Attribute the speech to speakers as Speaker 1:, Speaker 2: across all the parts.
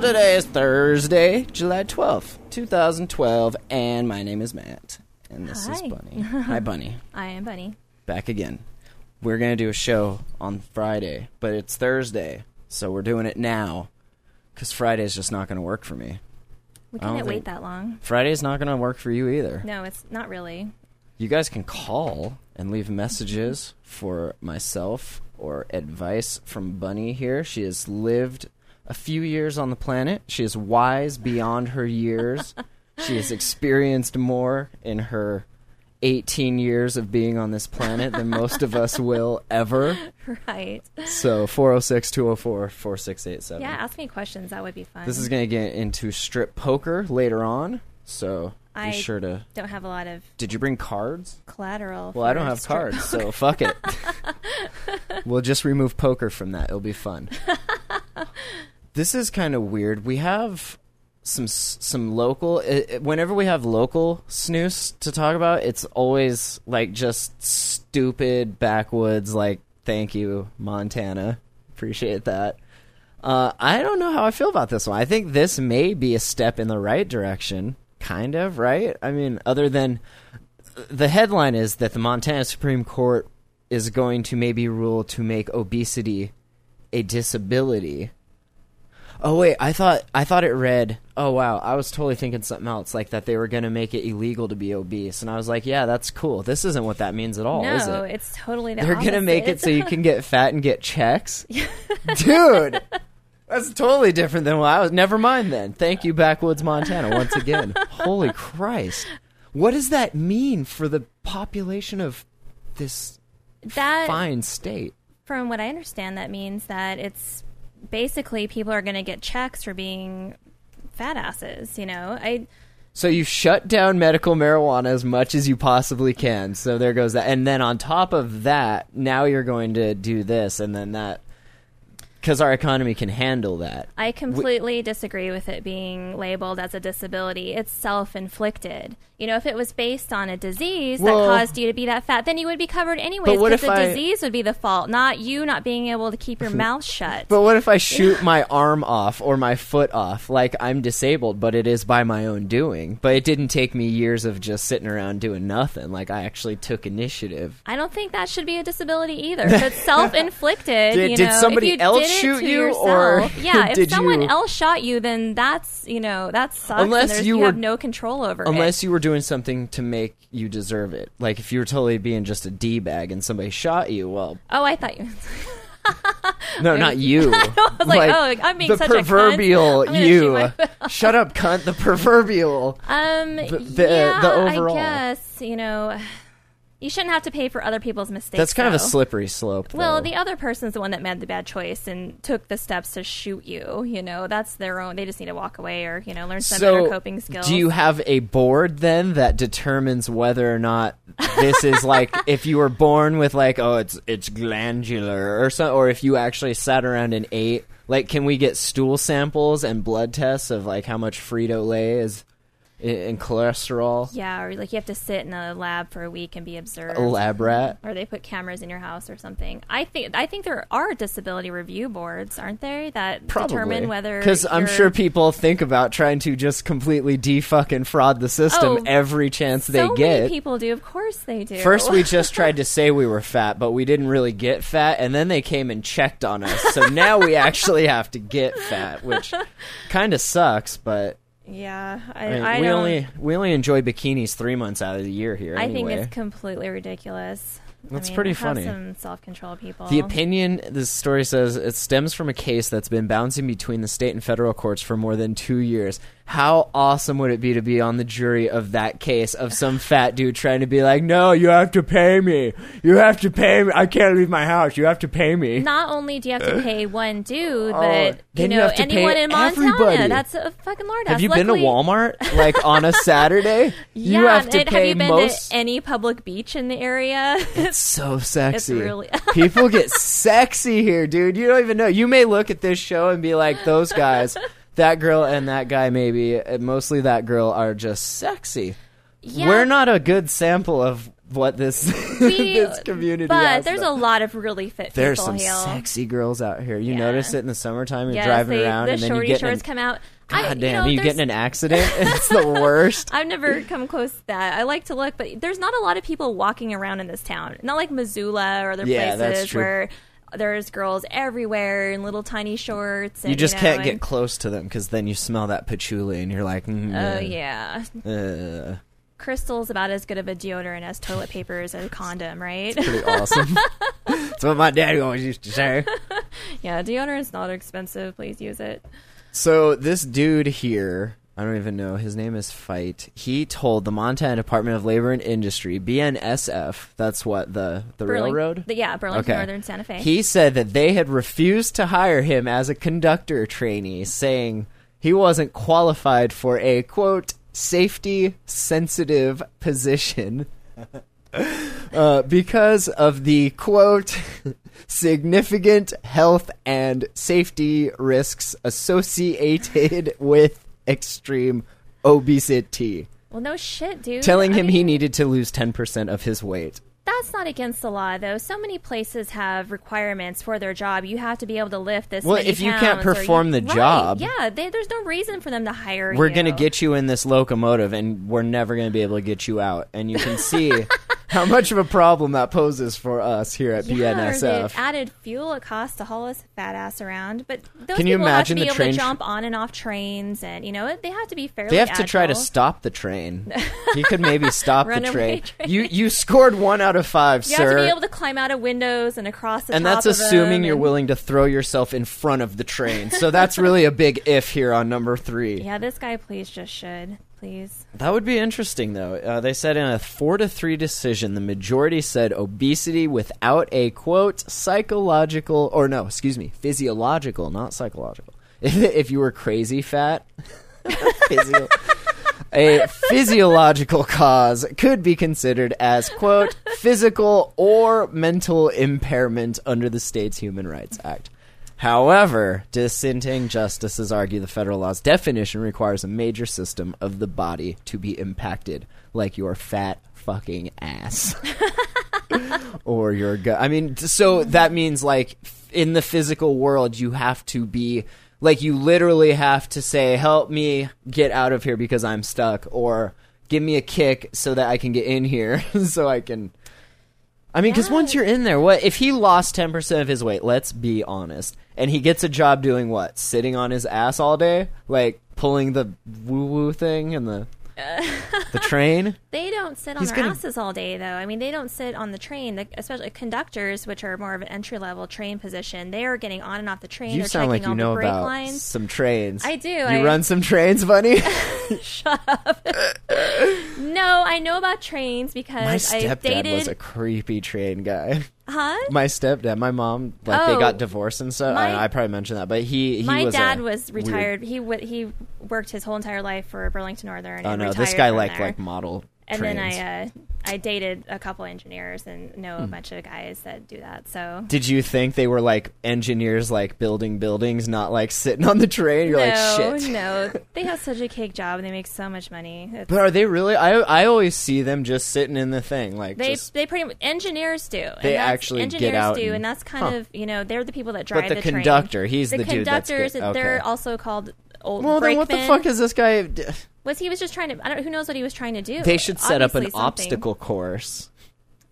Speaker 1: Today is Thursday, July 12th, 2012, and my name is Matt. And this is
Speaker 2: Hi.
Speaker 1: Bunny. Hi, Bunny.
Speaker 2: I am Bunny.
Speaker 1: Back again. We're going to do a show on Friday, but it's Thursday, so we're doing it now because Friday's just not going to work for me.
Speaker 2: We
Speaker 1: don't
Speaker 2: can't wait
Speaker 1: think-
Speaker 2: that long.
Speaker 1: Friday's not going to work for you either.
Speaker 2: No, it's not really.
Speaker 1: You guys can call and leave messages for myself or advice from Bunny here. She has lived a few years on the planet. She is wise beyond her years. she has experienced more in her 18 years of being on this planet than most of us will ever.
Speaker 2: Right.
Speaker 1: So 406 204 4687.
Speaker 2: Yeah, ask me questions. That would be fun.
Speaker 1: This is going to get into strip poker later on. So be
Speaker 2: I-
Speaker 1: sure to.
Speaker 2: Don't have a lot of
Speaker 1: Did you bring cards?
Speaker 2: collateral.
Speaker 1: Well, I don't have cards, so fuck it. we'll just remove poker from that. It'll be fun. this is kind of weird. We have some s- some local. i i- whenever we have local snooze to talk about, it's always like just stupid backwoods. Like, thank you, Montana. Appreciate that. Uh, I don't know how I feel about this one. I think this may be a step in the right direction, kind of, right? I mean, other than uh, the headline is that the Montana Supreme Court is going to maybe rule to make obesity a disability. Oh wait, I thought I thought it read. Oh wow, I was totally thinking something else, like that they were going to make it illegal to be obese, and I was like, yeah, that's cool. This isn't what that means at all, is it?
Speaker 2: No, it's totally the
Speaker 1: They're gonna make it
Speaker 2: opposite.
Speaker 1: so you can get fat and get checks, dude. That's totally different than what I was. Never mind then. Thank you, Backwoods Montana, once again. Holy Christ, what does that mean for the population of this
Speaker 2: that
Speaker 1: fine state?
Speaker 2: from what I understand that means that it's basically people are going to get checks for being fat asses, you know. I
Speaker 1: So you shut down medical marijuana as much as you possibly can. So there goes that. And then on top of that, now you're going to do this, and then that, because our economy can handle that.
Speaker 2: I completely disagree with it being labeled as a disability. It's self inflicted. You know, if it was based on a disease
Speaker 1: Well-
Speaker 2: that caused you to be that fat, then you would be covered anyways.
Speaker 1: what
Speaker 2: Because
Speaker 1: if
Speaker 2: the
Speaker 1: I-
Speaker 2: disease would be the fault, not you not being able to keep your mouth shut.
Speaker 1: But what if I shoot my arm off or my foot off? Like I'm disabled, but it is by my own doing. But it didn't take me years of just sitting around doing nothing. Like I actually took initiative.
Speaker 2: I don't think that should be a disability either. If it's self inflicted,
Speaker 1: Did-
Speaker 2: you
Speaker 1: did
Speaker 2: know,
Speaker 1: somebody
Speaker 2: if you
Speaker 1: else
Speaker 2: did it
Speaker 1: shoot
Speaker 2: to
Speaker 1: you,
Speaker 2: yourself,
Speaker 1: or
Speaker 2: yeah, if
Speaker 1: did
Speaker 2: someone
Speaker 1: you-
Speaker 2: else shot you, then that's you know that sucks. and
Speaker 1: Unless
Speaker 2: there's-
Speaker 1: you
Speaker 2: you,
Speaker 1: were-
Speaker 2: have no control over
Speaker 1: Unless
Speaker 2: it.
Speaker 1: you were doing something to make you deserve it. Like if you were totally being just a d bag and somebody shot you, well,
Speaker 2: Oh, I thought you.
Speaker 1: no, not you.
Speaker 2: was like, oh, I'm being
Speaker 1: the
Speaker 2: such a cunt.
Speaker 1: proverbial
Speaker 2: I'm gonna shoot
Speaker 1: you.
Speaker 2: myself.
Speaker 1: Shut up, cunt. The proverbial.
Speaker 2: Um,
Speaker 1: the-
Speaker 2: yeah,
Speaker 1: the overall.
Speaker 2: I guess you know, you shouldn't have to pay for other people's mistakes.
Speaker 1: That's kind of a
Speaker 2: though.
Speaker 1: slippery slope.
Speaker 2: Well,
Speaker 1: though.
Speaker 2: the other person's the one that made the bad choice and took the steps to shoot you. You know, that's their own. They just need to walk away or you know learn some better coping skills.
Speaker 1: Do you have a board then that determines whether or not this is like if you were born with like oh it's it's glandular or so or if you actually sat around and ate like can we get stool samples and blood tests of like how much Frito Lay is i- and cholesterol
Speaker 2: yeah, or like you have to sit in a lab for a week and be observed.
Speaker 1: a lab rat
Speaker 2: or they put cameras in your house or something. I think I think there are disability review boards, aren't there, that determine whether
Speaker 1: because I'm
Speaker 2: you're-
Speaker 1: sure people think about trying to just completely de fucking fraud the system
Speaker 2: Oh,
Speaker 1: every chance they
Speaker 2: so
Speaker 1: get.
Speaker 2: Many people do, of course they do.
Speaker 1: First, we just tried to say we were fat, but we didn't really get fat, and then they came and checked on us. So now we actually have to get fat, which kind of sucks. But
Speaker 2: yeah, I,
Speaker 1: I mean,
Speaker 2: I
Speaker 1: we
Speaker 2: don't-
Speaker 1: only we only enjoy bikinis three months out of the year here.
Speaker 2: I
Speaker 1: anyway.
Speaker 2: think it's completely ridiculous.
Speaker 1: That's
Speaker 2: I mean,
Speaker 1: pretty
Speaker 2: have
Speaker 1: funny.
Speaker 2: Some self control people.
Speaker 1: The opinion, this story says, it stems from a case that's been bouncing between the state and federal courts for more than two years. How awesome would it be to be on the jury of that case of some fat dude trying to be like, "No, you have to pay me. You have to pay me. I can't leave my house. You have to pay me."
Speaker 2: Not only do you have to pay one dude,
Speaker 1: Oh,
Speaker 2: but you
Speaker 1: then you
Speaker 2: know
Speaker 1: have to pay
Speaker 2: anyone in Montana.
Speaker 1: everybody.
Speaker 2: That's a fucking lord.
Speaker 1: have you been to Walmart like on a Saturday?
Speaker 2: Yeah,
Speaker 1: you have to
Speaker 2: and
Speaker 1: pay
Speaker 2: have you been
Speaker 1: most.
Speaker 2: to any public beach in the area?
Speaker 1: It's so sexy.
Speaker 2: really-
Speaker 1: People get sexy here, dude. You don't even know. You may look at this show and be like, those guys, that girl and that guy, maybe, and mostly that girl, are just sexy.
Speaker 2: yeah,
Speaker 1: We're not a good sample of what this
Speaker 2: we-
Speaker 1: this community
Speaker 2: But
Speaker 1: has,
Speaker 2: there's
Speaker 1: though.
Speaker 2: a lot of really fit
Speaker 1: There's
Speaker 2: people.
Speaker 1: some
Speaker 2: Hale.
Speaker 1: sexy girls out here. You
Speaker 2: Yeah.
Speaker 1: notice it in the summertime. You're
Speaker 2: Yes,
Speaker 1: driving
Speaker 2: they-
Speaker 1: around,
Speaker 2: the
Speaker 1: and then you
Speaker 2: shorty
Speaker 1: get in
Speaker 2: shorts
Speaker 1: an,
Speaker 2: come out. I,
Speaker 1: God
Speaker 2: you
Speaker 1: damn,
Speaker 2: know,
Speaker 1: you get in
Speaker 2: there's-
Speaker 1: an accident. it's the worst.
Speaker 2: I've never come close to that. I like to look, but there's not a lot of people walking around in this town. Not like Missoula or other
Speaker 1: Yeah,
Speaker 2: places
Speaker 1: that's true.
Speaker 2: where there's girls everywhere in little tiny shorts. And,
Speaker 1: You just
Speaker 2: know,
Speaker 1: can't get
Speaker 2: and-
Speaker 1: close to them because then you smell that patchouli and you're like, mm,
Speaker 2: Oh
Speaker 1: uh,
Speaker 2: yeah,
Speaker 1: uh,
Speaker 2: Crystal's about as good of a deodorant as toilet paper is a condom, right?
Speaker 1: pretty awesome. That's what my dad always used to say.
Speaker 2: yeah, deodorant's not expensive. Please use it.
Speaker 1: So this dude here, I don't even know his name is Fight. He told the Montana Department of Labor and Industry (BNSF) that's what the the
Speaker 2: Burling-
Speaker 1: railroad.
Speaker 2: the- yeah, Burlington Northern Santa Fe.
Speaker 1: He said that they had refused to hire him as a conductor trainee, saying he wasn't qualified for a quote safety sensitive position. Uh, because of the quote significant health and safety risks associated with extreme obesity,
Speaker 2: well, no shit, dude.
Speaker 1: telling
Speaker 2: I
Speaker 1: him
Speaker 2: mean,
Speaker 1: he needed to lose 10% of his weight.
Speaker 2: That's not against the law, though. So many places have requirements for their job. You have to be able to lift this.
Speaker 1: Well,
Speaker 2: many
Speaker 1: if you can't
Speaker 2: pounds or
Speaker 1: perform the
Speaker 2: Right,
Speaker 1: job-
Speaker 2: yeah, they, there's no reason for them to hire you.
Speaker 1: We're going to get you in this locomotive and we're never going to be able to get you out. And you can see how much of a problem that poses for us here at
Speaker 2: yeah, there's the
Speaker 1: BNSF.
Speaker 2: added fuel it costs to haul us fat ass around. But those
Speaker 1: Can you
Speaker 2: people
Speaker 1: imagine the
Speaker 2: have to be
Speaker 1: train
Speaker 2: able to
Speaker 1: tr-
Speaker 2: jump on and off trains, and you know it- they have to be fairly.
Speaker 1: They have to try to
Speaker 2: agile.
Speaker 1: stop the train. He could maybe stop the
Speaker 2: Runaway
Speaker 1: train.
Speaker 2: train.
Speaker 1: You you scored one out of five,
Speaker 2: You
Speaker 1: sir.
Speaker 2: have to be able to climb out of windows and across the
Speaker 1: and
Speaker 2: top
Speaker 1: that's
Speaker 2: of 'em
Speaker 1: assuming you're
Speaker 2: and-
Speaker 1: willing to throw yourself in front of the train. So that's really a big if here on number three.
Speaker 2: Yeah, this guy, please just should. Please.
Speaker 1: That would be interesting, though. Uh, they said in a four to three decision, the majority said obesity without a quote psychological or no, excuse me, physiological, not psychological. if you were crazy fat, physio- a physiological cause could be considered as quote physical or mental impairment under the state's human rights act however dissenting justices argue the federal law's definition requires a major system of the body to be impacted like your fat fucking ass or your gut i mean t- so that means like f- in the physical world you have to be like you literally have to say help me get out of here because i'm stuck or give me a kick so that i can get in here so i can i mean because
Speaker 2: Yeah.
Speaker 1: once you're in there what if he lost 10% of his weight let's be honest and he gets a job doing what sitting on his ass all day like pulling the woo woo thing and the the train
Speaker 2: They don't sit on
Speaker 1: He's
Speaker 2: their
Speaker 1: gonna-
Speaker 2: asses all day, though. I mean, they don't sit on the train, like, especially conductors, which are more of an entry level train position. They are getting on and off the train.
Speaker 1: You
Speaker 2: They're
Speaker 1: sound like
Speaker 2: checking
Speaker 1: you
Speaker 2: all
Speaker 1: know
Speaker 2: the brake
Speaker 1: about
Speaker 2: lines.
Speaker 1: some trains.
Speaker 2: I do,
Speaker 1: You
Speaker 2: I-
Speaker 1: run some trains, buddy.
Speaker 2: No, I know about trains
Speaker 1: my
Speaker 2: because I
Speaker 1: stepdad
Speaker 2: dated.
Speaker 1: was a creepy train guy.
Speaker 2: huh?
Speaker 1: My stepdad, my mom, like they
Speaker 2: Oh.
Speaker 1: got divorced and stuff.
Speaker 2: My-
Speaker 1: I, I probably mentioned that, but he, he
Speaker 2: My
Speaker 1: was a
Speaker 2: dad was
Speaker 1: weird-
Speaker 2: retired. He w- he worked his whole entire life for Burlington Northern.
Speaker 1: Oh
Speaker 2: and
Speaker 1: no,
Speaker 2: retired
Speaker 1: this guy
Speaker 2: from
Speaker 1: liked
Speaker 2: there.
Speaker 1: like model
Speaker 2: And
Speaker 1: trains. Hmm.
Speaker 2: then I uh, I dated a couple engineers and know a bunch of guys that do that. So
Speaker 1: Did you think they were like engineers, like building buildings, not like sitting on the train? You're
Speaker 2: no,
Speaker 1: like shit.
Speaker 2: no, they have such a cake job and they make so much money. It's-
Speaker 1: But are they really? I I always see them just sitting in the thing, like
Speaker 2: they
Speaker 1: just.
Speaker 2: they pretty much, engineers do. and
Speaker 1: They
Speaker 2: that's-
Speaker 1: actually get
Speaker 2: engineers
Speaker 1: out
Speaker 2: do,
Speaker 1: and-
Speaker 2: and, that's kind
Speaker 1: huh.
Speaker 2: of you know they're the people that drive
Speaker 1: the
Speaker 2: train.
Speaker 1: conductor, he's the dude that's
Speaker 2: conductors.
Speaker 1: get- okay.
Speaker 2: They're also called old.
Speaker 1: well, then what the
Speaker 2: brakemen.
Speaker 1: fuck is this guy?
Speaker 2: Was he was just trying to? I don't. Who knows what he was trying to do?
Speaker 1: They should set up an
Speaker 2: Obviously something.
Speaker 1: obstacle course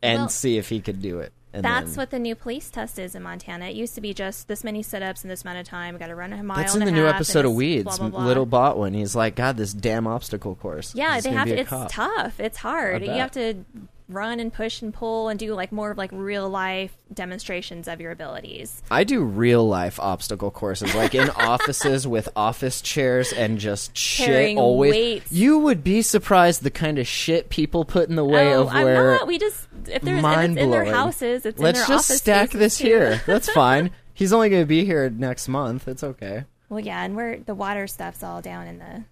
Speaker 1: and
Speaker 2: Well,
Speaker 1: see if he could do it. And
Speaker 2: That's
Speaker 1: then-
Speaker 2: what the new police test is in Montana. It used to be just this many sit-ups in this amount of time. Got to run a mile.
Speaker 1: That's in
Speaker 2: and
Speaker 1: the
Speaker 2: a
Speaker 1: new
Speaker 2: half, and
Speaker 1: episode of
Speaker 2: it's
Speaker 1: Weeds.
Speaker 2: Blah, blah, blah.
Speaker 1: Little bought one. He's like, God, this damn obstacle course.
Speaker 2: Yeah,
Speaker 1: He's
Speaker 2: they
Speaker 1: gonna
Speaker 2: have
Speaker 1: be
Speaker 2: to.
Speaker 1: a
Speaker 2: It's
Speaker 1: cop."
Speaker 2: tough. It's hard. You
Speaker 1: bet.
Speaker 2: have to run and push and pull and do like more of like real life demonstrations of your abilities.
Speaker 1: I do real life obstacle courses, like in offices with office chairs and just shit.
Speaker 2: Carrying
Speaker 1: always,
Speaker 2: weights.
Speaker 1: you would be surprised the kind of shit people put in the way
Speaker 2: oh,
Speaker 1: of
Speaker 2: I'm
Speaker 1: where
Speaker 2: not. We just if there's if
Speaker 1: mind
Speaker 2: it's in their
Speaker 1: blowing.
Speaker 2: houses, it's
Speaker 1: Let's
Speaker 2: in their
Speaker 1: just
Speaker 2: offices
Speaker 1: stack this
Speaker 2: too.
Speaker 1: here. That's fine. He's only going to be here next month. It's okay.
Speaker 2: Well, yeah, and we're the water stuff's all down in the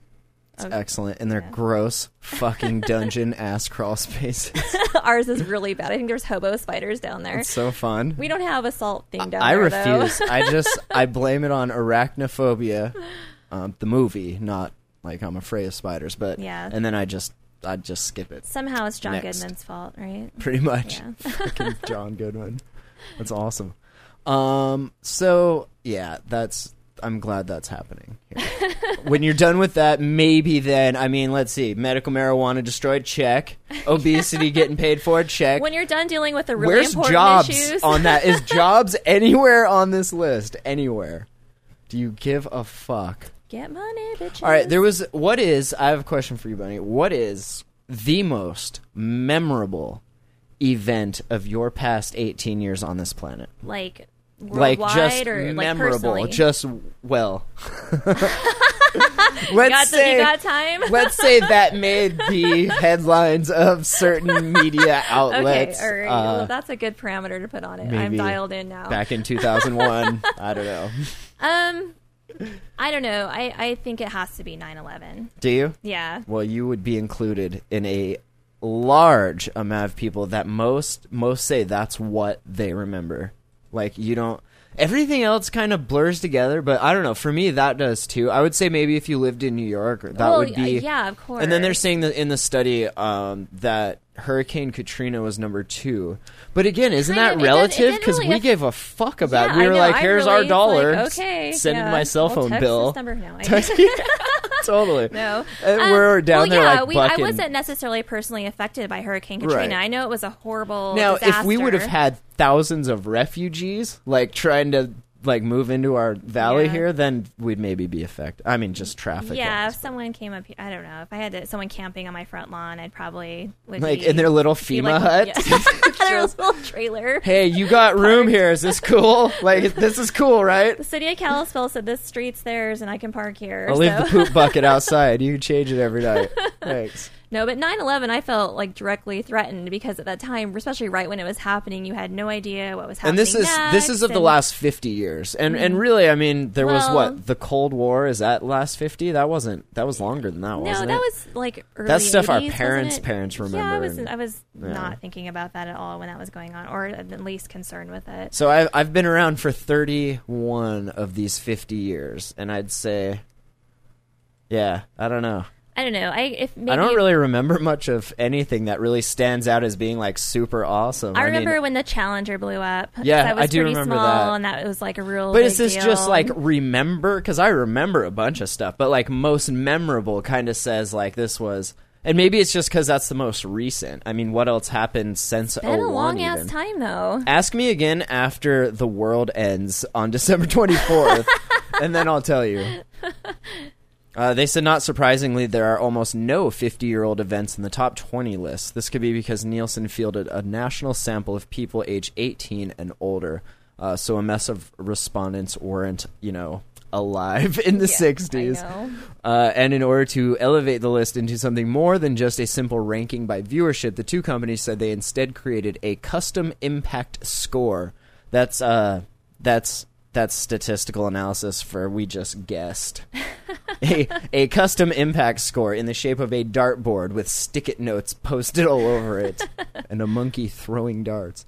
Speaker 1: Excellent. And they're gross fucking dungeon ass crawl spaces.
Speaker 2: ours is really bad. I think there's hobo spiders down there.
Speaker 1: It's so fun.
Speaker 2: We don't have a salt thing down
Speaker 1: I
Speaker 2: there.
Speaker 1: refuse.
Speaker 2: Though.
Speaker 1: I just I blame it on arachnophobia, um, the movie, not like I'm afraid of spiders, but
Speaker 2: Yeah.
Speaker 1: And then I just I just skip it
Speaker 2: Somehow it's John
Speaker 1: Next.
Speaker 2: Goodman's fault, right?
Speaker 1: pretty much.
Speaker 2: Yeah.
Speaker 1: Fucking John Goodman, that's awesome. Um, so yeah, that's I'm glad that's happening. Here. when you're done with that, maybe then I mean, let's see, medical marijuana destroyed, check. Obesity getting paid for, check.
Speaker 2: When you're done dealing with the really
Speaker 1: Where's
Speaker 2: important
Speaker 1: jobs
Speaker 2: issues,
Speaker 1: on that? Is jobs anywhere on this list? Anywhere? Do you give a fuck?
Speaker 2: get money, bitches.
Speaker 1: All right, there was what is I have a question for you, Bunny. What is the most memorable event of your past 18 years on this planet?
Speaker 2: like
Speaker 1: Like
Speaker 2: worldwide
Speaker 1: just
Speaker 2: or like
Speaker 1: memorable,
Speaker 2: personally?
Speaker 1: just well. let's
Speaker 2: got the,
Speaker 1: say
Speaker 2: you got time.
Speaker 1: let's say that made the headlines of certain media
Speaker 2: okay,
Speaker 1: outlets.
Speaker 2: all right.
Speaker 1: uh,
Speaker 2: well, that's a good parameter to put on it. I'm
Speaker 1: maybe
Speaker 2: dialed in now.
Speaker 1: Back in 2001, I don't know.
Speaker 2: Um, I don't know. I I think it has to be 9/11.
Speaker 1: Do you?
Speaker 2: Yeah.
Speaker 1: Well, you would be included in a large amount of people that most most say that's what they remember. Like you don't everything else kind of blurs together, but I don't know, for me that does too. I would say maybe if you lived in New York, that
Speaker 2: Well,
Speaker 1: would be
Speaker 2: yeah, of course.
Speaker 1: And then they're saying that in the study um, that Hurricane Katrina was number 2. But again, isn't
Speaker 2: Kind
Speaker 1: that
Speaker 2: of, it
Speaker 1: relative? 'Cause
Speaker 2: didn't- it
Speaker 1: relative
Speaker 2: didn't
Speaker 1: cuz
Speaker 2: really
Speaker 1: we
Speaker 2: aff-
Speaker 1: gave a fuck about
Speaker 2: Yeah,
Speaker 1: it. We
Speaker 2: I
Speaker 1: were
Speaker 2: know,
Speaker 1: like
Speaker 2: I
Speaker 1: here's our
Speaker 2: really- it's like,
Speaker 1: dollar.
Speaker 2: okay,
Speaker 1: send
Speaker 2: yeah.
Speaker 1: in my cell
Speaker 2: Well,
Speaker 1: phone
Speaker 2: text
Speaker 1: bill.
Speaker 2: this number now. I-
Speaker 1: Text- yeah, totally.
Speaker 2: No,
Speaker 1: And
Speaker 2: Um,
Speaker 1: we're down
Speaker 2: well,
Speaker 1: there
Speaker 2: yeah,
Speaker 1: like
Speaker 2: we,
Speaker 1: bucking.
Speaker 2: I wasn't necessarily personally affected by Hurricane Katrina.
Speaker 1: Right.
Speaker 2: I know it was a horrible.
Speaker 1: now,
Speaker 2: disaster.
Speaker 1: if we would have had thousands of refugees like trying to like move into our valley
Speaker 2: Yeah.
Speaker 1: here, then we'd maybe be affected. I mean, just traffic.
Speaker 2: yeah, if
Speaker 1: wise.
Speaker 2: someone came up, here, I don't know. If I had to, someone camping on my front lawn, I'd probably would
Speaker 1: Like
Speaker 2: be-
Speaker 1: in their little
Speaker 2: be
Speaker 1: FEMA
Speaker 2: like-
Speaker 1: hut.
Speaker 2: yeah. their little trailer.
Speaker 1: Hey, you got room here. Is this cool? Like this is cool, right?
Speaker 2: The city of Kalispell said this street's theirs, and I can park here.
Speaker 1: I'll leave
Speaker 2: so.
Speaker 1: the poop bucket outside. You can change it every night. Thanks.
Speaker 2: No, but 9/11 I felt like directly threatened because at that time, especially right when it was happening, you had no idea what was happening.
Speaker 1: and this is this is of
Speaker 2: next,
Speaker 1: the
Speaker 2: and-
Speaker 1: last 50 years and and really i mean there was
Speaker 2: Well-
Speaker 1: what the cold war is that last 50 that wasn't that was longer than that
Speaker 2: No,
Speaker 1: wasn't
Speaker 2: that
Speaker 1: it?
Speaker 2: was like early
Speaker 1: That's stuff our
Speaker 2: 80s, wasn't
Speaker 1: parents'
Speaker 2: it?
Speaker 1: parents
Speaker 2: Yeah, I
Speaker 1: remember
Speaker 2: was
Speaker 1: and-
Speaker 2: I was
Speaker 1: yeah.
Speaker 2: not thinking about that at all when that was going on, or at least concerned with it.
Speaker 1: so I've, I've been around for 31 of these 50 years and i'd say yeah i don't know
Speaker 2: I don't know. I if maybe
Speaker 1: i don't really remember much of anything that really stands out as being like super awesome
Speaker 2: I remember
Speaker 1: mean,
Speaker 2: when the Challenger blew up. 'cause
Speaker 1: Yeah,
Speaker 2: I, was
Speaker 1: I do
Speaker 2: pretty
Speaker 1: remember
Speaker 2: small,
Speaker 1: that.
Speaker 2: and that was like a real.
Speaker 1: but
Speaker 2: big
Speaker 1: is this
Speaker 2: deal.
Speaker 1: just like remember? Because I remember a bunch of stuff, but like most memorable kind of says like this was, and maybe it's just because that's the most recent. I mean, what else happened since?
Speaker 2: been a
Speaker 1: 01
Speaker 2: long ass
Speaker 1: oh, even?
Speaker 2: time though?
Speaker 1: Ask me again after the world ends on December 24th, and then I'll tell you. Uh, they said, not surprisingly, there are almost no 50 year old events in the top 20 list. This could be because Nielsen fielded a national sample of people age 18 and older. Uh, so a mess of respondents weren't, you know, alive in the 60s.
Speaker 2: I know.
Speaker 1: Uh, and in order to elevate the list into something more than just a simple ranking by viewership, the two companies said they instead created a custom impact score. That's uh, that's that's statistical analysis for we just guessed. a, a custom impact score in the shape of a dartboard with stick it notes posted all over it and a monkey throwing darts.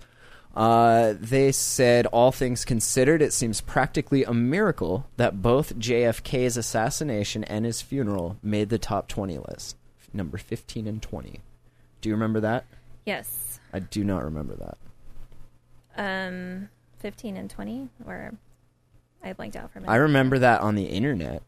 Speaker 1: Uh, they said, all things considered, it seems practically a miracle that both JFK's assassination and his funeral made the top 20 list, number 15 and 20. Do you remember that?
Speaker 2: Yes,
Speaker 1: I do not remember that.
Speaker 2: um, fifteen and twenty, or I blanked out for a minute.
Speaker 1: I remember that on the internet.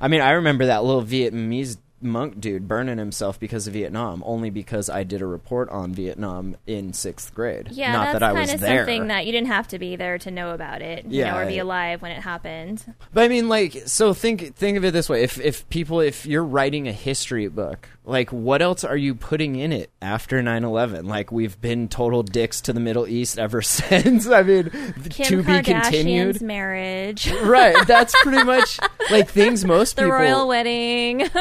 Speaker 1: I mean, I remember that little Vietnamese monk dude burning himself because of Vietnam, only because I did a report on Vietnam in sixth grade.
Speaker 2: Yeah,
Speaker 1: not
Speaker 2: that's
Speaker 1: that I
Speaker 2: kind
Speaker 1: was
Speaker 2: of
Speaker 1: there.
Speaker 2: something that you didn't have to be there to know about it, you
Speaker 1: Yeah,
Speaker 2: know, or be
Speaker 1: I-
Speaker 2: alive when it happened.
Speaker 1: But I mean, like, so think think of it this way: if if people, if you're writing a history book, Like, what else are you putting in it after 9 11? Like, we've been total dicks to the Middle East ever since. I mean, th-
Speaker 2: Kim
Speaker 1: to be
Speaker 2: Kardashian's
Speaker 1: continued.
Speaker 2: marriage,
Speaker 1: right. That's pretty much like things most
Speaker 2: the
Speaker 1: people.
Speaker 2: royal wedding.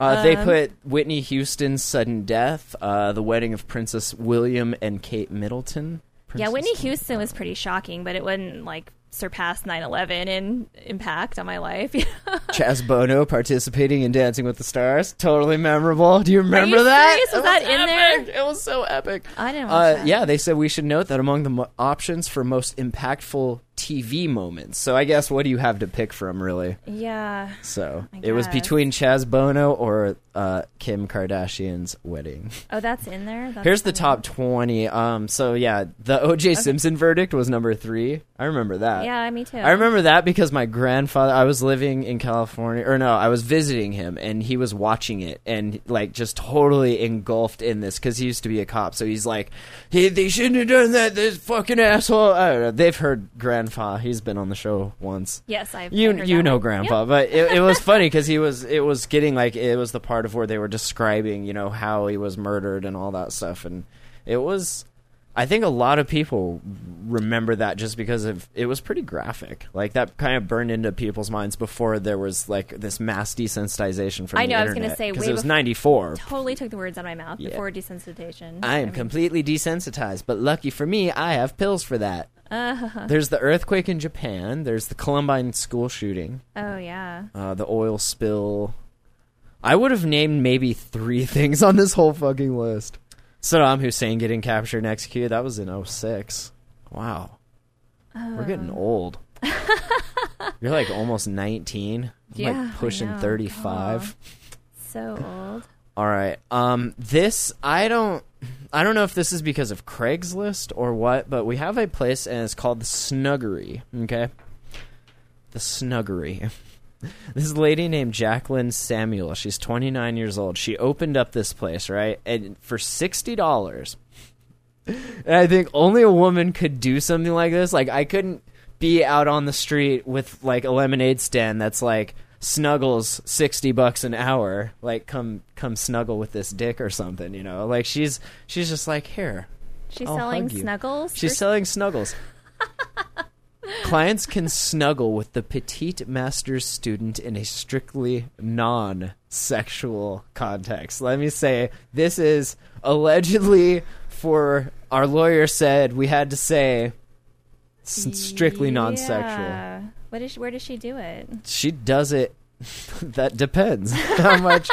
Speaker 1: Uh,
Speaker 2: Um,
Speaker 1: they put Whitney Houston's sudden death, uh, the wedding of Princess William and Kate Middleton.
Speaker 2: yeah,
Speaker 1: Princess-
Speaker 2: Whitney Houston was pretty shocking, but it wouldn't like surpass 9/11 in impact on my life.
Speaker 1: Chaz Bono participating in Dancing with the Stars. Totally memorable. Do you remember
Speaker 2: you
Speaker 1: that?
Speaker 2: serious? Was
Speaker 1: It
Speaker 2: that in there?
Speaker 1: epic. It was so epic.
Speaker 2: I didn't watch
Speaker 1: Uh,
Speaker 2: that.
Speaker 1: yeah, they said we should note that among the mo- options for most impactful TV moments. So I guess what do you have to pick from, really?
Speaker 2: yeah.
Speaker 1: So
Speaker 2: I
Speaker 1: it was
Speaker 2: guess.
Speaker 1: between Chaz Bono or uh, Kim Kardashian's wedding.
Speaker 2: Oh, that's in there. That's
Speaker 1: Here's the
Speaker 2: in there.
Speaker 1: top 20. Um, so yeah, the O.J. Simpson verdict was number three. I remember that.
Speaker 2: Yeah, me too.
Speaker 1: I remember that because my grandfather. I was living in California, or no, I was visiting him, and he was watching it, and like just totally engulfed in this because he used to be a cop. So he's like, "Hey, they shouldn't have done that. This fucking asshole." I don't know. They've heard Grandpa. He's been on the show once.
Speaker 2: Yes, I've
Speaker 1: You
Speaker 2: heard
Speaker 1: you
Speaker 2: that
Speaker 1: know
Speaker 2: one.
Speaker 1: Grandpa, but it, it was funny because he was it was getting like it was the part of where they were describing you know how he was murdered and all that stuff, and it was. I think a lot of people remember that just because of it was pretty graphic. Like that kind of burned into people's minds before there was like this mass desensitization from
Speaker 2: I
Speaker 1: the
Speaker 2: know, I was gonna
Speaker 1: internet,
Speaker 2: say
Speaker 1: because
Speaker 2: way
Speaker 1: it was
Speaker 2: before-
Speaker 1: ninety four.
Speaker 2: Totally took the words out of my mouth
Speaker 1: Yeah.
Speaker 2: before desensitization.
Speaker 1: I am completely desensitized, but lucky for me, I have pills for that.
Speaker 2: Uh-huh.
Speaker 1: There's the earthquake in Japan. There's the Columbine school shooting.
Speaker 2: Oh yeah.
Speaker 1: uh, the oil spill. I would have named maybe three things on this whole fucking list. Saddam Hussein getting captured and executed. That was in 06. Wow.
Speaker 2: Uh,
Speaker 1: We're getting old. You're like almost 19. I'm
Speaker 2: Yeah, I
Speaker 1: like pushing
Speaker 2: know.
Speaker 1: 35.
Speaker 2: So old.
Speaker 1: All right. Um this I don't I don't know if this is because of Craigslist or what, but we have a place and it's called the Snuggery, okay? The Snuggery. This is a lady named Jacqueline Samuel. She's 29 years old. She opened up this place, right? And for $60. And I think only a woman could do something like this. Like I couldn't be out on the street with like a lemonade stand that's like snuggles 60 bucks an hour. Like come come snuggle with this dick or something, you know. Like she's she's just like, "Here,
Speaker 2: She's
Speaker 1: I'll
Speaker 2: selling
Speaker 1: hug you.
Speaker 2: snuggles.
Speaker 1: She's
Speaker 2: for-
Speaker 1: selling snuggles. Clients can snuggle with the petite master's student in a strictly non sexual context. Let me say, this is allegedly for our lawyer said we had to say s- strictly non sexual.
Speaker 2: Yeah. What is? Where does she do it?
Speaker 1: She does it. that depends how much.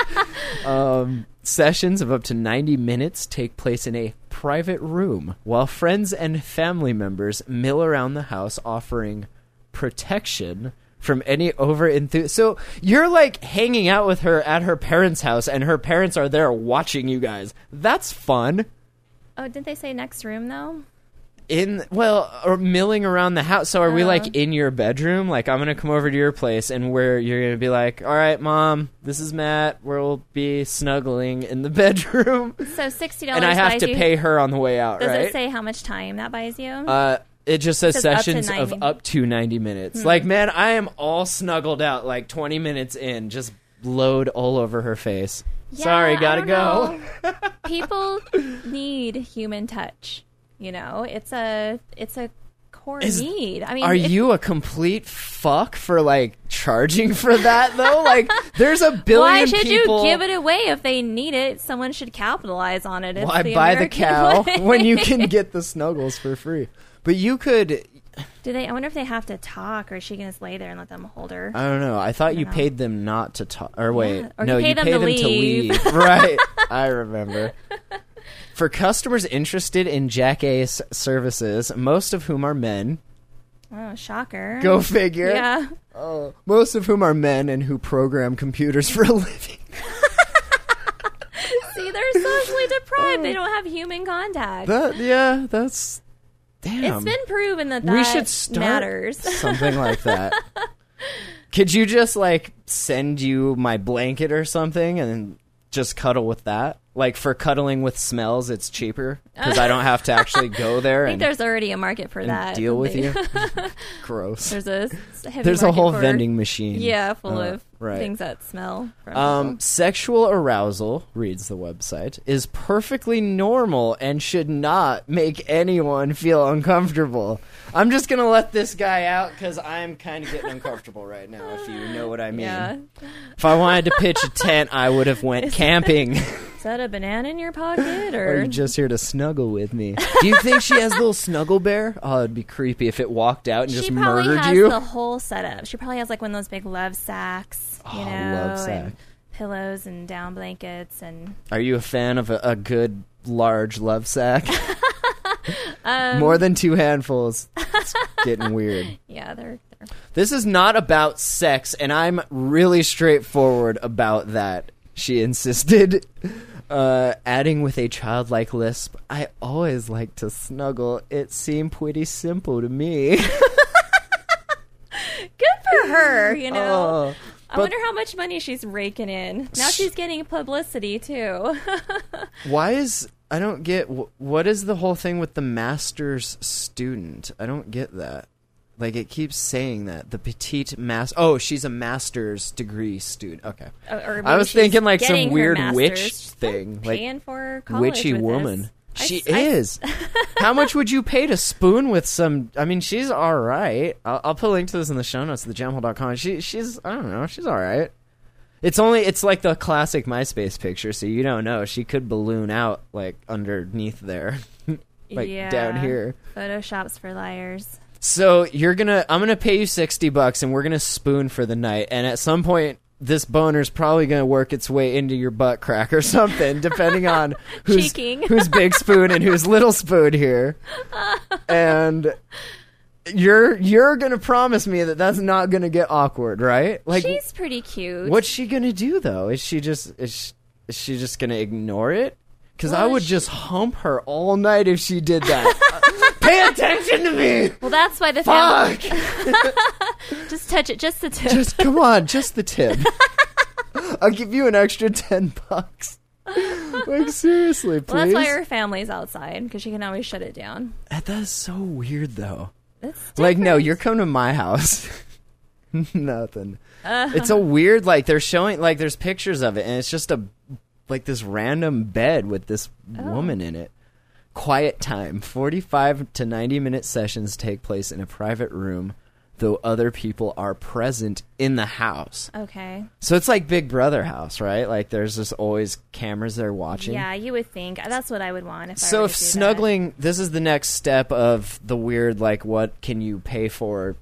Speaker 1: um, sessions of up to 90 minutes take place in a private room while friends and family members mill around the house offering protection from any over so you're like hanging out with her at her parents house and her parents are there watching you guys that's fun
Speaker 2: Oh, didn't they say next room though?
Speaker 1: in well or milling around the house so are we
Speaker 2: Oh.
Speaker 1: like in your bedroom like i'm gonna come over to your place and where you're gonna be like all right mom this is matt we'll be snuggling in the bedroom
Speaker 2: So sixty dollars.
Speaker 1: and i have to pay her on the way out
Speaker 2: Does
Speaker 1: right
Speaker 2: it say how much time that buys you?
Speaker 1: uh it just says
Speaker 2: It says up to Hmm.
Speaker 1: sessions of
Speaker 2: 90.
Speaker 1: up to 90 minutes like man i am all snuggled out like 20 minutes in just load all over her face
Speaker 2: Yeah,
Speaker 1: sorry
Speaker 2: I
Speaker 1: gotta go
Speaker 2: don't know. People need human touch. You know, it's a it's a core
Speaker 1: Is-
Speaker 2: need. I mean,
Speaker 1: Are
Speaker 2: if-
Speaker 1: you a complete fuck for like charging for that though? Like, there's a billion
Speaker 2: Why should
Speaker 1: people.
Speaker 2: you give it away if they need it? Someone should capitalize on it. It's
Speaker 1: why
Speaker 2: the
Speaker 1: buy the
Speaker 2: American
Speaker 1: cow
Speaker 2: way.
Speaker 1: when you can get the snuggles for free? But you could.
Speaker 2: Do they? I wonder if they have to talk, or is she can just lay there and let them hold her?
Speaker 1: I don't know. I thought you
Speaker 2: know.
Speaker 1: paid them not to talk. Or wait,
Speaker 2: or
Speaker 1: no,
Speaker 2: you pay
Speaker 1: you
Speaker 2: them
Speaker 1: pay
Speaker 2: to
Speaker 1: them to
Speaker 2: leave.
Speaker 1: leave. right? I remember. For customers interested in jackass services, most of whom are men,
Speaker 2: oh, shocker!
Speaker 1: go figure.
Speaker 2: Yeah,
Speaker 1: Most of whom are men and who program computers for a living.
Speaker 2: see, they're socially deprived. They don't have human contact.
Speaker 1: That yeah, that's damn.
Speaker 2: it's been proven that that
Speaker 1: Um, we should start
Speaker 2: matters.
Speaker 1: something like that. Could you just like send you my blanket or something and just cuddle with that? Like for cuddling with smells, it's cheaper because I don't have to actually go there
Speaker 2: I think
Speaker 1: and,
Speaker 2: there's already a market for
Speaker 1: and
Speaker 2: that.
Speaker 1: deal with
Speaker 2: They-
Speaker 1: you. Gross.
Speaker 2: There's a s- heavy
Speaker 1: There's a
Speaker 2: market
Speaker 1: whole
Speaker 2: for-
Speaker 1: vending machine.
Speaker 2: Yeah, full
Speaker 1: Uh,
Speaker 2: of
Speaker 1: right.
Speaker 2: things that smell. From
Speaker 1: Um, sexual arousal, reads the website, is perfectly normal and should not make anyone feel uncomfortable. I'm just going to let this guy out because I'm kind of getting uncomfortable right now, if you know what I mean.
Speaker 2: yeah.
Speaker 1: If I wanted to pitch a tent, I would have went camping.
Speaker 2: Is that a banana in your pocket
Speaker 1: Are
Speaker 2: or?
Speaker 1: you just here to snuggle with me? Do you think she has a little snuggle bear? Oh, it'd be creepy if it walked out and
Speaker 2: she
Speaker 1: just
Speaker 2: probably
Speaker 1: murdered
Speaker 2: has
Speaker 1: you.
Speaker 2: the whole setup. She probably has like one of those big love sacks, you
Speaker 1: Oh,
Speaker 2: know,
Speaker 1: love sack.
Speaker 2: and pillows and down blankets, and
Speaker 1: Are you a fan of a, a good large love sack? More than two handfuls. It's getting weird.
Speaker 2: yeah, they're, they're
Speaker 1: This is not about sex, and I'm really straightforward about that. She insisted, uh, adding with a childlike lisp, "I always like to snuggle. It seemed pretty simple to me."
Speaker 2: good for her, you
Speaker 1: Oh.
Speaker 2: know. I wonder how much money she's raking in. Now she's getting publicity too.
Speaker 1: Why is I don't get wh- what is the whole thing with the master's student? I don't get that. Like it keeps saying that the petite mas. Oh, she's a master's degree student. Okay,
Speaker 2: Or- uh, or
Speaker 1: I
Speaker 2: maybe
Speaker 1: was
Speaker 2: she's
Speaker 1: thinking like some
Speaker 2: getting her
Speaker 1: weird witch
Speaker 2: master's.
Speaker 1: thing,
Speaker 2: paying
Speaker 1: like
Speaker 2: for college
Speaker 1: witchy
Speaker 2: with
Speaker 1: woman.
Speaker 2: this. I
Speaker 1: She
Speaker 2: s- I s-
Speaker 1: is. How much would you pay to spoon with some? I mean, she's all right. I'll, I'll put a link to this in the show notes at thejamhole.com. She, she's I don't know. She's all right. It's only it's like the classic MySpace picture, so you don't know. She could balloon out like underneath there, like
Speaker 2: Yeah.
Speaker 1: down here.
Speaker 2: Photoshops for liars.
Speaker 1: So you're gonna I'm gonna pay you sixty bucks, and we're gonna spoon for the night. And at some point, this boner's probably gonna work its way into your butt crack or something, depending on who's
Speaker 2: Cheeking.
Speaker 1: who's big spoon and who's little spoon here. And you're you're gonna promise me that that's not gonna get awkward, right? Like
Speaker 2: She's pretty cute.
Speaker 1: What's she gonna do though? Is she just is she, is she just gonna ignore it? Because I
Speaker 2: Well,
Speaker 1: would
Speaker 2: she-
Speaker 1: just hump her all night if she did that. Pay attention to me.
Speaker 2: well, that's why the family.
Speaker 1: Fuck.
Speaker 2: Just touch it, just the tip.
Speaker 1: Just come on, just the tip. I'll give you an extra ten bucks. Like seriously, please.
Speaker 2: well, that's why her family's outside because she can always shut it down.
Speaker 1: That- that's so weird though.
Speaker 2: It's
Speaker 1: Like no,
Speaker 2: different.
Speaker 1: you're coming to my house. Nothing.
Speaker 2: Uh-huh.
Speaker 1: It's a weird like they're showing like there's pictures of it and it's just a like this random bed with this
Speaker 2: Oh.
Speaker 1: woman in it. Quiet time. 45 to 90 minute sessions take place in a private room though other people are present in the house.
Speaker 2: okay.
Speaker 1: So it's like Big Brother house, right? Like there's just always cameras there watching.
Speaker 2: Yeah, you would think that's what I would want if I
Speaker 1: So
Speaker 2: were
Speaker 1: if
Speaker 2: to do that.
Speaker 1: snuggling, this is the next step of the weird, like, what can you pay for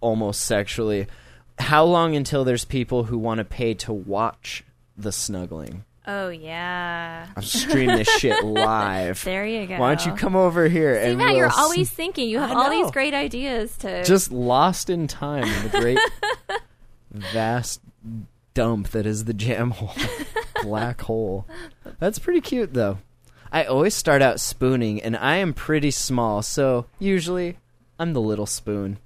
Speaker 1: almost sexually? How long until there's people who want to pay to watch the snuggling?
Speaker 2: Oh yeah.
Speaker 1: I'll stream this shit live.
Speaker 2: There you go.
Speaker 1: Why don't you come over here and
Speaker 2: Yeah, you're
Speaker 1: we'll
Speaker 2: always
Speaker 1: s-
Speaker 2: thinking. You have
Speaker 1: I
Speaker 2: all
Speaker 1: know.
Speaker 2: these great ideas to
Speaker 1: just lost in time in the great vast dump that is the jam hole, black hole. That's pretty cute though. I always start out spooning, and I am pretty small, so usually I'm the little spoon.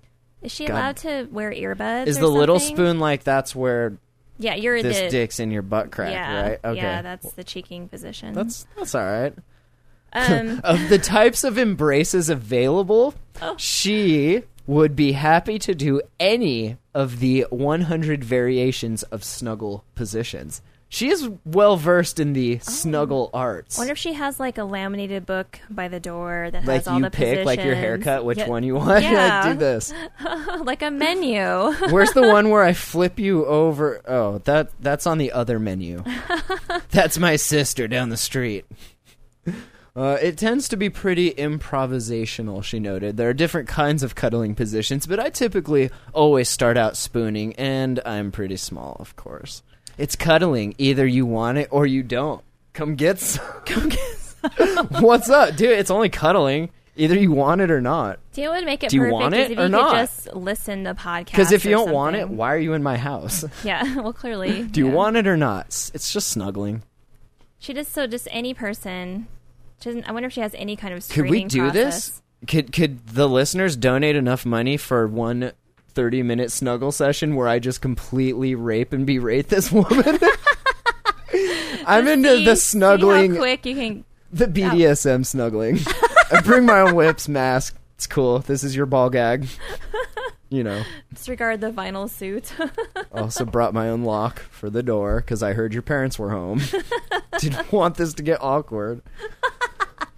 Speaker 2: Is she
Speaker 1: God.
Speaker 2: allowed to wear earbuds?
Speaker 1: Is
Speaker 2: or
Speaker 1: the little
Speaker 2: something?
Speaker 1: spoon like that's where
Speaker 2: Yeah, you're
Speaker 1: this
Speaker 2: the
Speaker 1: dick's in your butt crack,
Speaker 2: Yeah,
Speaker 1: right? Okay,
Speaker 2: yeah, that's the cheeking position.
Speaker 1: that's that's all right.
Speaker 2: um,
Speaker 1: of the types of embraces available,
Speaker 2: Oh.
Speaker 1: she would be happy to do any of the 100 variations of snuggle positions. She is well versed in the snuggle arts.
Speaker 2: Oh. wonder if she has like a laminated book by the door that
Speaker 1: like
Speaker 2: has all
Speaker 1: you
Speaker 2: the
Speaker 1: pick,
Speaker 2: positions.
Speaker 1: like your haircut, which
Speaker 2: Yeah,
Speaker 1: one you want.
Speaker 2: Yeah.
Speaker 1: do this.
Speaker 2: like a menu.
Speaker 1: Where's the one where I flip you over? Oh, that that's on the other menu. that's my sister down the street. Uh, it tends to be pretty improvisational, she noted. There are different kinds of cuddling positions, but I typically always start out spooning, and I'm pretty small, of course. It's cuddling. Either you want it or you don't. Come get some. Come get some. What's up, dude? It's only cuddling. Either you want it or not.
Speaker 2: Do you know what would make it
Speaker 1: Do you
Speaker 2: perfect?
Speaker 1: want
Speaker 2: is
Speaker 1: it
Speaker 2: if
Speaker 1: or
Speaker 2: you
Speaker 1: not?
Speaker 2: could just listen to podcasts.
Speaker 1: Because if you
Speaker 2: or
Speaker 1: don't want it,
Speaker 2: something.
Speaker 1: why are you in my house?
Speaker 2: yeah. Well, clearly,
Speaker 1: Do you
Speaker 2: yeah.
Speaker 1: want it or not? S- It's just snuggling.
Speaker 2: She just so just any person. She doesn't, I wonder if she has any kind of.
Speaker 1: Could we
Speaker 2: screening
Speaker 1: do
Speaker 2: process.
Speaker 1: this? Could could the listeners donate enough money for one 30 minute snuggle session where I just completely rape and berate this woman? I'm into
Speaker 3: See-
Speaker 1: the
Speaker 3: see
Speaker 1: snuggling,
Speaker 3: how quick you can.
Speaker 1: the BDSM snuggling. I bring my own whips, mask. It's cool. This is your ball gag. You know.
Speaker 2: Disregard the vinyl suit.
Speaker 1: Also brought my own lock for the door because I heard your parents were home. Didn't want this to get awkward.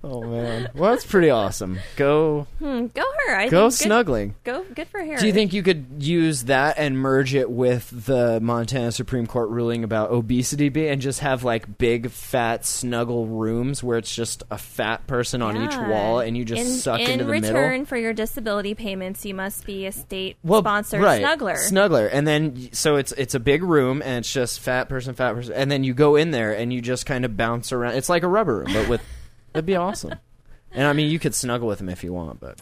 Speaker 1: Oh man, well that's pretty awesome. Go
Speaker 2: go her. I
Speaker 1: go
Speaker 2: think good-
Speaker 1: snuggling.
Speaker 2: Go good for her.
Speaker 1: Do you think you could use that and merge it with the Montana Supreme Court ruling about obesity be and just have like big fat snuggle rooms where it's just a fat person on each
Speaker 2: Yeah.
Speaker 1: wall and you just
Speaker 2: in,
Speaker 1: suck
Speaker 2: in
Speaker 1: into the
Speaker 2: return
Speaker 1: middle?
Speaker 2: for your disability payments, you must be a state
Speaker 1: Well,
Speaker 2: sponsored
Speaker 1: right.
Speaker 2: snuggler.
Speaker 1: Snuggler. And then so it's it's a big room and it's just fat person, fat person and then you go in there and you just kind of bounce around. It's like a rubber room, but with that'd be awesome. And I mean you could snuggle with them if you want, but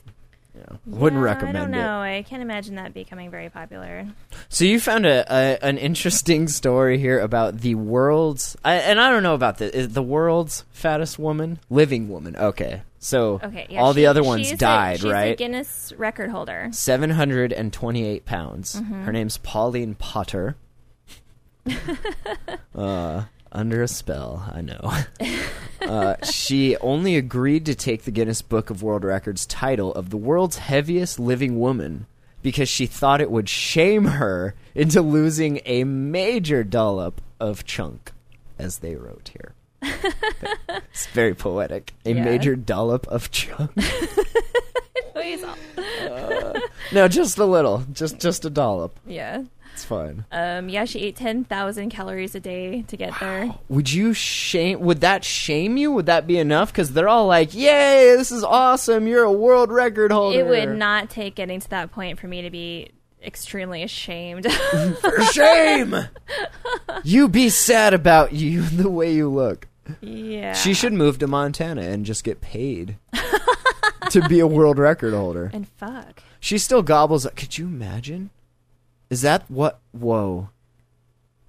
Speaker 1: yeah. Wouldn't
Speaker 2: Yeah,
Speaker 1: recommend
Speaker 2: I don't
Speaker 1: it.
Speaker 2: know. I can't imagine that becoming very popular.
Speaker 1: So you found a, a an interesting story here about the world's, I, and I don't know about this. Is the world's fattest woman, living woman? Okay, so
Speaker 2: Okay, yeah,
Speaker 1: all
Speaker 2: she-
Speaker 1: the other ones
Speaker 2: she's a-
Speaker 1: died,
Speaker 2: she's A
Speaker 1: right?
Speaker 2: Guinness record holder.
Speaker 1: Seven hundred and twenty-eight pounds. Her name's Pauline Potter. uh, under a spell, I know. uh, she only agreed to take the Guinness Book of World Records title of the world's heaviest living woman because she thought it would shame her into losing a major dollop of chunk, as they wrote here. it's very poetic. A major dollop of chunk.
Speaker 3: Please.
Speaker 1: No, just a little. Just just a dollop.
Speaker 2: Yeah.
Speaker 1: It's fine.
Speaker 2: Um, yeah, she ate 10,000 calories a day to get there.
Speaker 1: would you shame? Would that shame you? Would that be enough? Because they're all like, "Yay, this is awesome! You're a world record holder."
Speaker 2: It would not take getting to that point for me to be extremely ashamed.
Speaker 1: For shame. you be sad about you the way you look.
Speaker 2: yeah.
Speaker 1: She should move to Montana and just get paid to be a world record holder.
Speaker 2: and fuck.
Speaker 1: She still gobbles. up- Could you imagine? Is that what? Whoa!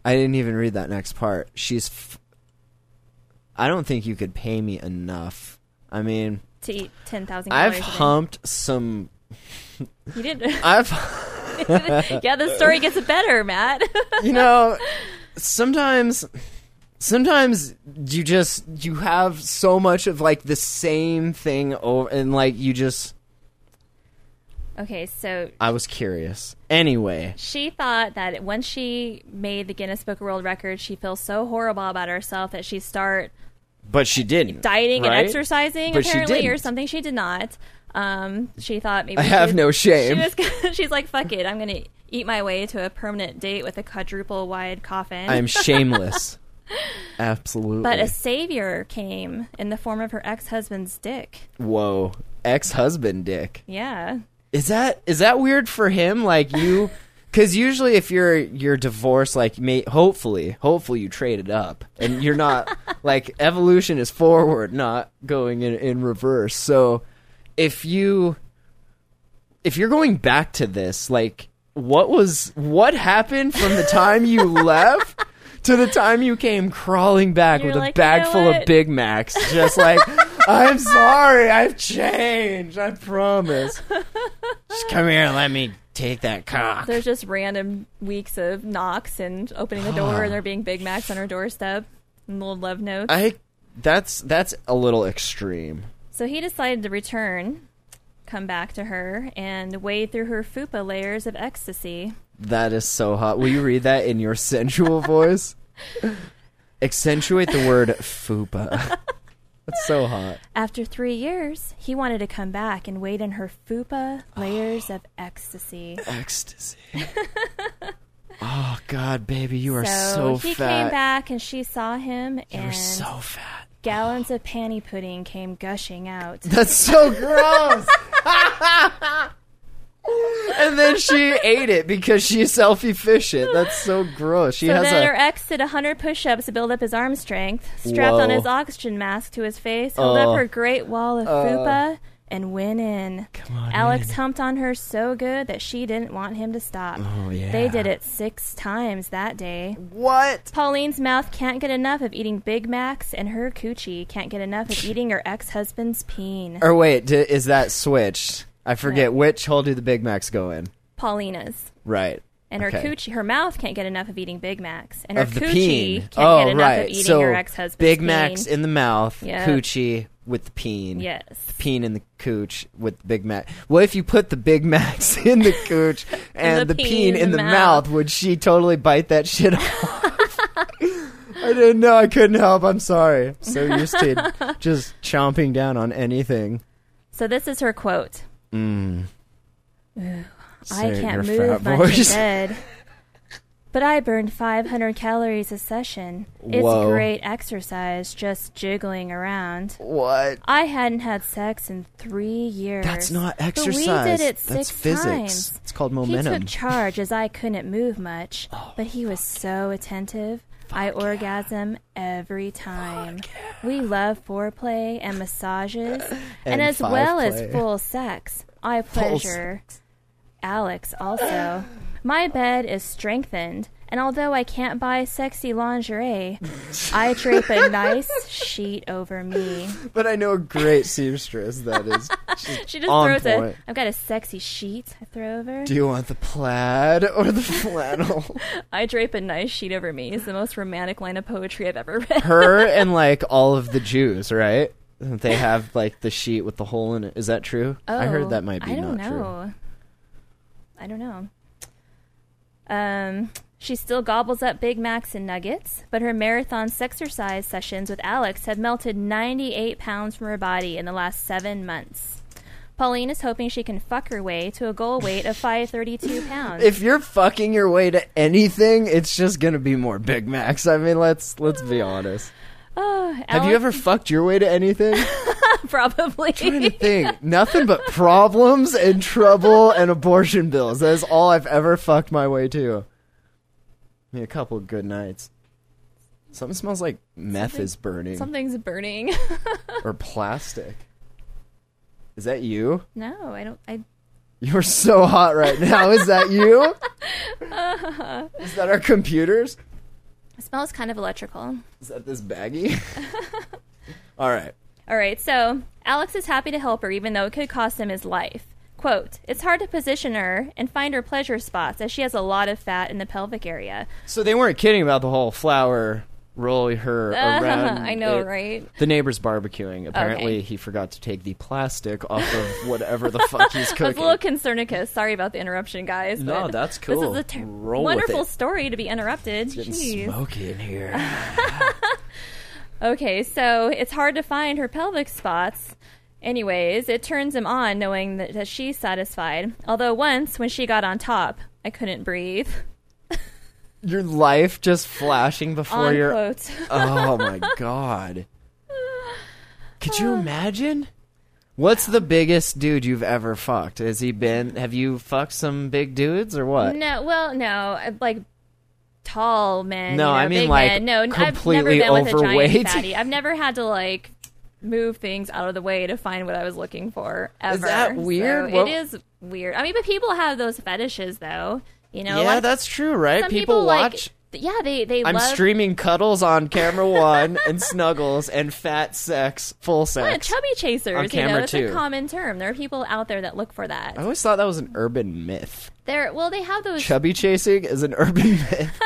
Speaker 1: I didn't even read that next part. She's. F- I don't think you could pay me enough. I mean,
Speaker 2: To eat 10,000 calories.
Speaker 1: I've
Speaker 2: a day.
Speaker 1: humped some.
Speaker 2: You didn't.
Speaker 1: I've,
Speaker 2: yeah, the story gets better, Matt.
Speaker 1: you know, sometimes, sometimes you just you have so much of like the same thing over, and like you just.
Speaker 2: okay, so
Speaker 1: I was curious. Anyway,
Speaker 2: she thought that once she made the Guinness Book of World Records, she feels so horrible about herself that she start
Speaker 1: but she didn't.
Speaker 2: dieting
Speaker 1: right?
Speaker 2: and exercising
Speaker 1: But she
Speaker 2: apparently or
Speaker 1: didn't.
Speaker 2: something she did not um, she thought maybe
Speaker 1: I
Speaker 2: she
Speaker 1: have
Speaker 2: was-
Speaker 1: no shame.
Speaker 2: she was, gonna- she's like fuck it i'm gonna eat my way to a permanent date with a quadruple wide coffin
Speaker 1: I'm shameless. Absolutely.
Speaker 2: but a savior came in the form of her ex-husband's dick
Speaker 1: Whoa. Ex-husband dick.
Speaker 2: yeah
Speaker 1: Is that is that weird for him like you cuz usually if you're you're divorced like may, hopefully hopefully you trade it up and you're not like evolution is forward not going in in reverse. So if you if you're going back to this like what was what happened from the time you left to the time you came crawling back
Speaker 2: You're
Speaker 1: with
Speaker 2: like,
Speaker 1: a bag
Speaker 2: "You know
Speaker 1: full of
Speaker 2: what?"
Speaker 1: Big Macs, just like, I'm sorry, I've changed, I promise. Just come here and let me take that cock.
Speaker 2: there's just random weeks of knocks and opening the door and there being big macs on her doorstep and little love notes
Speaker 1: I that's that's a little extreme.
Speaker 2: So he decided to return, come back to her, and wade through her fupa layers of ecstasy.
Speaker 1: That is so hot. Will you read that in your sensual voice? Accentuate the word fupa. That's so hot.
Speaker 2: After three years, he wanted to come back and wade in her fupa layers of ecstasy.
Speaker 1: Ecstasy. Oh God, baby, you are so,
Speaker 2: he
Speaker 1: fat.
Speaker 2: came back and she saw him,
Speaker 1: You're
Speaker 2: and
Speaker 1: so fat.
Speaker 2: gallons of panty pudding came gushing out.
Speaker 1: That's so gross. and then she ate it because she's self efficient. That's so gross. She
Speaker 2: So
Speaker 1: has
Speaker 2: then
Speaker 1: a.
Speaker 2: her ex did 100 push ups to build up his arm strength, strapped on
Speaker 1: Whoa.
Speaker 2: his oxygen mask to his face, held
Speaker 1: Oh.
Speaker 2: up her great wall of fupa, and went in.
Speaker 1: Come on
Speaker 2: Alex
Speaker 1: in.
Speaker 2: humped on her so good that she didn't want him to stop.
Speaker 1: Oh, yeah.
Speaker 2: They did it six times that day.
Speaker 1: What?
Speaker 2: Pauline's mouth can't get enough of eating Big Macs, and her coochie can't get enough of eating her ex husband's peen.
Speaker 1: Or wait, d- is that switched? I forget which hole do the Big Macs go in?
Speaker 2: Paulina's.
Speaker 1: Right.
Speaker 2: And her
Speaker 1: Okay.
Speaker 2: coochie, her mouth can't get enough of eating Big Macs, and her
Speaker 1: of the
Speaker 2: coochie
Speaker 1: peen.
Speaker 2: can't
Speaker 1: oh,
Speaker 2: get enough
Speaker 1: right.
Speaker 2: of eating
Speaker 1: so
Speaker 2: her ex-husband's
Speaker 1: Big
Speaker 2: peen.
Speaker 1: Macs in the mouth,
Speaker 2: Yep.
Speaker 1: coochie with the peen.
Speaker 2: yes,
Speaker 1: Peen in the cooch with the Big Mac. What if you put the Big Macs in the cooch and the, peen, in the, mouth. Would she totally bite that shit off? I didn't know. I couldn't help. I'm sorry. I'm So used to just chomping down on anything.
Speaker 2: So this is her quote. Ooh, I
Speaker 1: Mm. Say your
Speaker 2: can't
Speaker 1: fat
Speaker 2: move much in
Speaker 1: voice.
Speaker 2: bed. But I burned 500 calories a session. It's
Speaker 1: Whoa.
Speaker 2: great exercise just jiggling around.
Speaker 1: What?
Speaker 2: I hadn't had sex in three years.
Speaker 1: That's not
Speaker 2: But
Speaker 1: exercise.
Speaker 2: we did it
Speaker 1: That's
Speaker 2: six
Speaker 1: physics.
Speaker 2: times.
Speaker 1: It's called
Speaker 2: He
Speaker 1: momentum. Oh,
Speaker 2: took charge as I couldn't move much, but he was so attentive. I orgasm every time. We love foreplay and massages, and,
Speaker 1: And
Speaker 2: as well
Speaker 1: five-play.
Speaker 2: as full sex. I pleasure Alex also. My bed is strengthened, and although I can't buy sexy lingerie, I drape a nice sheet over me.
Speaker 1: But I know a great seamstress that is.
Speaker 2: She just
Speaker 1: On
Speaker 2: throws
Speaker 1: point.
Speaker 2: a. I've got a sexy sheet I throw over.
Speaker 1: Do you want the plaid or the flannel?
Speaker 2: I drape a nice sheet over me is the most romantic line of poetry I've ever read.
Speaker 1: her and like all of the Jews, right? They have like the sheet with the hole in it. Is that true? I heard that might be
Speaker 2: Oh, I don't
Speaker 1: not true.
Speaker 2: know. I don't know. Um, she still gobbles up Big Macs and nuggets, but her marathon sexercise sessions with Alex have melted 98 pounds from her body in the last seven months. Pauline is hoping she can fuck her way to a goal weight of 532 pounds.
Speaker 1: If you're fucking your way to anything, it's just gonna be more Big Macs. I mean, let's let's be honest. Have you ever fucked your way to anything?
Speaker 2: probably?
Speaker 1: Trying to think, nothing but problems and trouble and abortion bills. That is all I've ever fucked my way to. I mean, a couple good nights. Something smells like meth is burning
Speaker 2: Something's burning.
Speaker 1: or plastic. Is that you?
Speaker 2: no, I don't. I
Speaker 1: You're so hot right now. Is that you? Is that our computers?
Speaker 2: it smells kind of electrical.
Speaker 1: Is that this baggie? All right.
Speaker 2: All right, so Alex is happy to help her, even though it could cost him his life. Quote, it's hard to position her and find her pleasure spots as she has a lot of fat in the pelvic area.
Speaker 1: So they weren't kidding about the whole flower roll her around.
Speaker 2: Uh-huh. I know,
Speaker 1: it.
Speaker 2: right?
Speaker 1: The neighbor's barbecuing. Apparently,
Speaker 2: Okay.
Speaker 1: he forgot to take the plastic off of whatever the fuck he's
Speaker 2: I was a
Speaker 1: cooking.
Speaker 2: little concernicus. Sorry about the interruption, guys.
Speaker 1: No,
Speaker 2: but
Speaker 1: that's
Speaker 2: This
Speaker 1: cool.
Speaker 2: is a ter-
Speaker 1: Roll with
Speaker 2: wonderful
Speaker 1: it.
Speaker 2: story to be interrupted.
Speaker 1: Getting
Speaker 2: Jeez.
Speaker 1: smoky in here.
Speaker 2: Okay, so it's hard to find her pelvic spots. Anyways, it turns him on knowing that, that she's satisfied. Although once, when she got on top, I couldn't breathe.
Speaker 1: Your life just flashing before
Speaker 2: on
Speaker 1: your.
Speaker 2: quote.
Speaker 1: Oh my god. Could
Speaker 2: Uh.
Speaker 1: you imagine? What's the biggest dude you've ever fucked? Has he been have you fucked some big dudes or what?
Speaker 2: No, well, no, uh, like tall men.
Speaker 1: No,
Speaker 2: you know,
Speaker 1: I mean,
Speaker 2: big
Speaker 1: like,
Speaker 2: men. no, n-
Speaker 1: completely
Speaker 2: I've never been With a
Speaker 1: overweight.
Speaker 2: giant fatty. I've never had to like move things out of the way to find what I was looking for. Ever.
Speaker 1: that weird?
Speaker 2: So
Speaker 1: Well-
Speaker 2: it is weird. I mean, but people have those fetishes, though. You know, a lot
Speaker 1: Yeah,
Speaker 2: of-
Speaker 1: that's true, right?
Speaker 2: some
Speaker 1: people,
Speaker 2: like-
Speaker 1: watch
Speaker 2: th- yeah, they they
Speaker 1: I'm
Speaker 2: love.
Speaker 1: streaming cuddles on camera 1 and snuggles and fat sex, full
Speaker 2: yeah,
Speaker 1: sex.
Speaker 2: chubby chasers,
Speaker 1: On
Speaker 2: you know,
Speaker 1: camera,
Speaker 2: that's
Speaker 1: too. Oh.
Speaker 2: a common term. There are people out there that look for that.
Speaker 1: I always thought that was an urban myth.
Speaker 2: There, well, they have those
Speaker 1: Chubby chasing is an urban myth.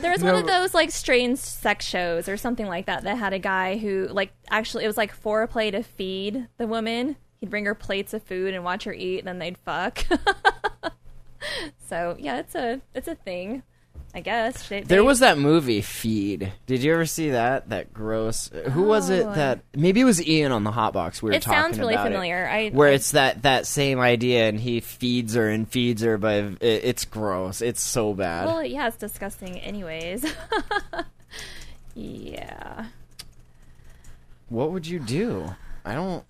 Speaker 2: There was one of those like strange sex shows or something like that that had a guy who like actually it was like foreplay to feed the woman. He'd bring her plates of food and watch her eat, and then they'd fuck. so yeah, it's a it's a thing, I guess. They-
Speaker 1: There
Speaker 2: they-
Speaker 1: was that movie Feed. Did you ever see that? That gross. Who was it?
Speaker 2: Oh.
Speaker 1: That maybe it was Ian on the Hot Box. We were
Speaker 2: It
Speaker 1: talking
Speaker 2: sounds really
Speaker 1: about it,
Speaker 2: familiar. I-
Speaker 1: where
Speaker 2: I-
Speaker 1: it's that that same idea, and he feeds her and feeds her, but it, it's gross. It's so bad.
Speaker 2: well, yeah, it's disgusting. Anyways, yeah,
Speaker 1: what would you do? I don't.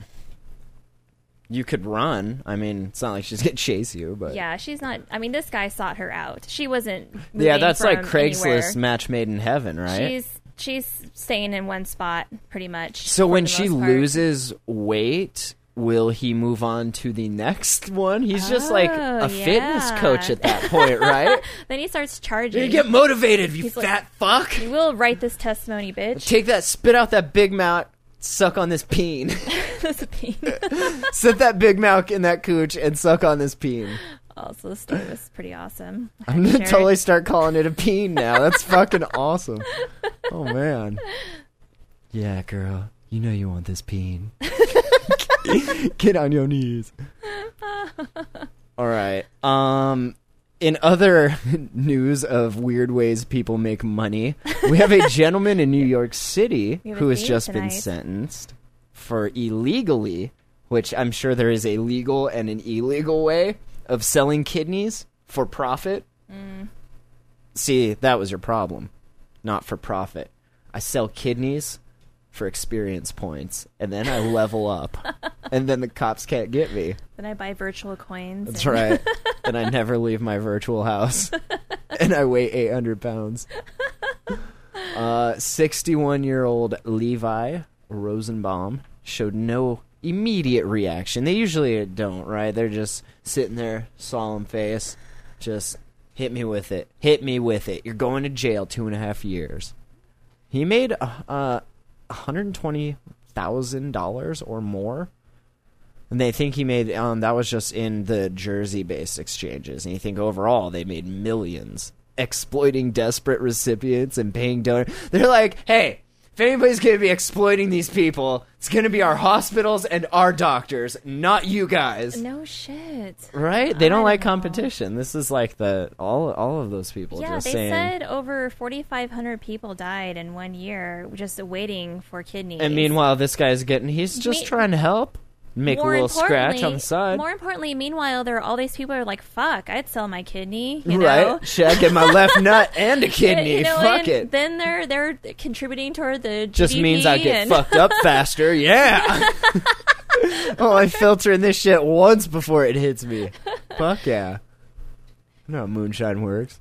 Speaker 1: You could run. I mean, it's not like she's gonna chase you, but
Speaker 2: yeah. She's not. I mean, this guy sought her out. She wasn't.
Speaker 1: Yeah,
Speaker 2: moving
Speaker 1: that's like
Speaker 2: from
Speaker 1: Craigslist
Speaker 2: anywhere.
Speaker 1: match made in heaven, right?
Speaker 2: She's she's staying in one spot pretty much.
Speaker 1: so
Speaker 2: for
Speaker 1: when
Speaker 2: the
Speaker 1: she
Speaker 2: most part.
Speaker 1: loses weight. Will he move on to the next one? He's just like
Speaker 2: Oh,
Speaker 1: a fitness
Speaker 2: yeah.
Speaker 1: coach at that point, right?
Speaker 2: Then he starts charging.
Speaker 1: You get motivated, you
Speaker 2: like-
Speaker 1: fat fuck.
Speaker 2: You will write this testimony, bitch.
Speaker 1: Take that, spit out that Big Mouth, suck on this peen.
Speaker 2: This being-
Speaker 1: Set that Big Mouth in that cooch and suck on this peen.
Speaker 2: Also, the story was pretty awesome.
Speaker 1: I'm gonna
Speaker 2: Sure.
Speaker 1: totally start calling it a peen now. That's fucking awesome. Oh man. Yeah, girl. You know you want this peen. Get on your knees. All right. Um in other news of weird ways people make money, we have a gentleman in New York City
Speaker 2: We have a
Speaker 1: who has
Speaker 2: theme
Speaker 1: just been
Speaker 2: tonight.
Speaker 1: sentenced for illegally, which I'm sure there is a legal and an illegal way of selling kidneys for profit.
Speaker 2: Mm.
Speaker 1: See, that was your problem. Not for profit. I sell kidneys for experience points, and then I level up, and then the cops can't get me.
Speaker 2: Then I buy virtual coins.
Speaker 1: That's
Speaker 2: and-
Speaker 1: right. and I never leave my virtual house, and I weigh 800 pounds. 61 year old Levi Rosenbaum showed no immediate reaction. They usually don't, right? They're just sitting there, solemn face, just hit me with it. Hit me with it. You're going to jail two and a half years. He made uh, uh, $120,000 or more. And they think he made um, that was just in the Jersey-based exchanges, and you think overall they made millions exploiting desperate recipients and paying donors. They're like, hey, if anybody's going to be exploiting these people, it's going to be our hospitals and our doctors, not you guys,
Speaker 2: No shit.
Speaker 1: right? They don't
Speaker 2: I
Speaker 1: like
Speaker 2: don't know.
Speaker 1: competition. This is like the all all of those people
Speaker 2: Yeah,
Speaker 1: just
Speaker 2: they
Speaker 1: saying.
Speaker 2: said over 4,500 people died in one year just waiting for kidneys.
Speaker 1: and meanwhile, this guy's getting—he's just
Speaker 2: Me-
Speaker 1: trying to help, make a
Speaker 2: More
Speaker 1: little scratch on
Speaker 2: importantly-
Speaker 1: the side.
Speaker 2: More importantly, meanwhile, there are all these people who are like, "Fuck, I'd sell my kidney." You know?
Speaker 1: Right? Should I get my left nut and a
Speaker 2: Yeah,
Speaker 1: kidney?
Speaker 2: you know,
Speaker 1: Fuck
Speaker 2: and
Speaker 1: it.
Speaker 2: Then they're they're contributing toward the
Speaker 1: just
Speaker 2: GDP
Speaker 1: means I get
Speaker 2: and-
Speaker 1: fucked up faster. Yeah. oh, I'm filtering this shit once before it hits me. Fuck yeah. You know how moonshine works.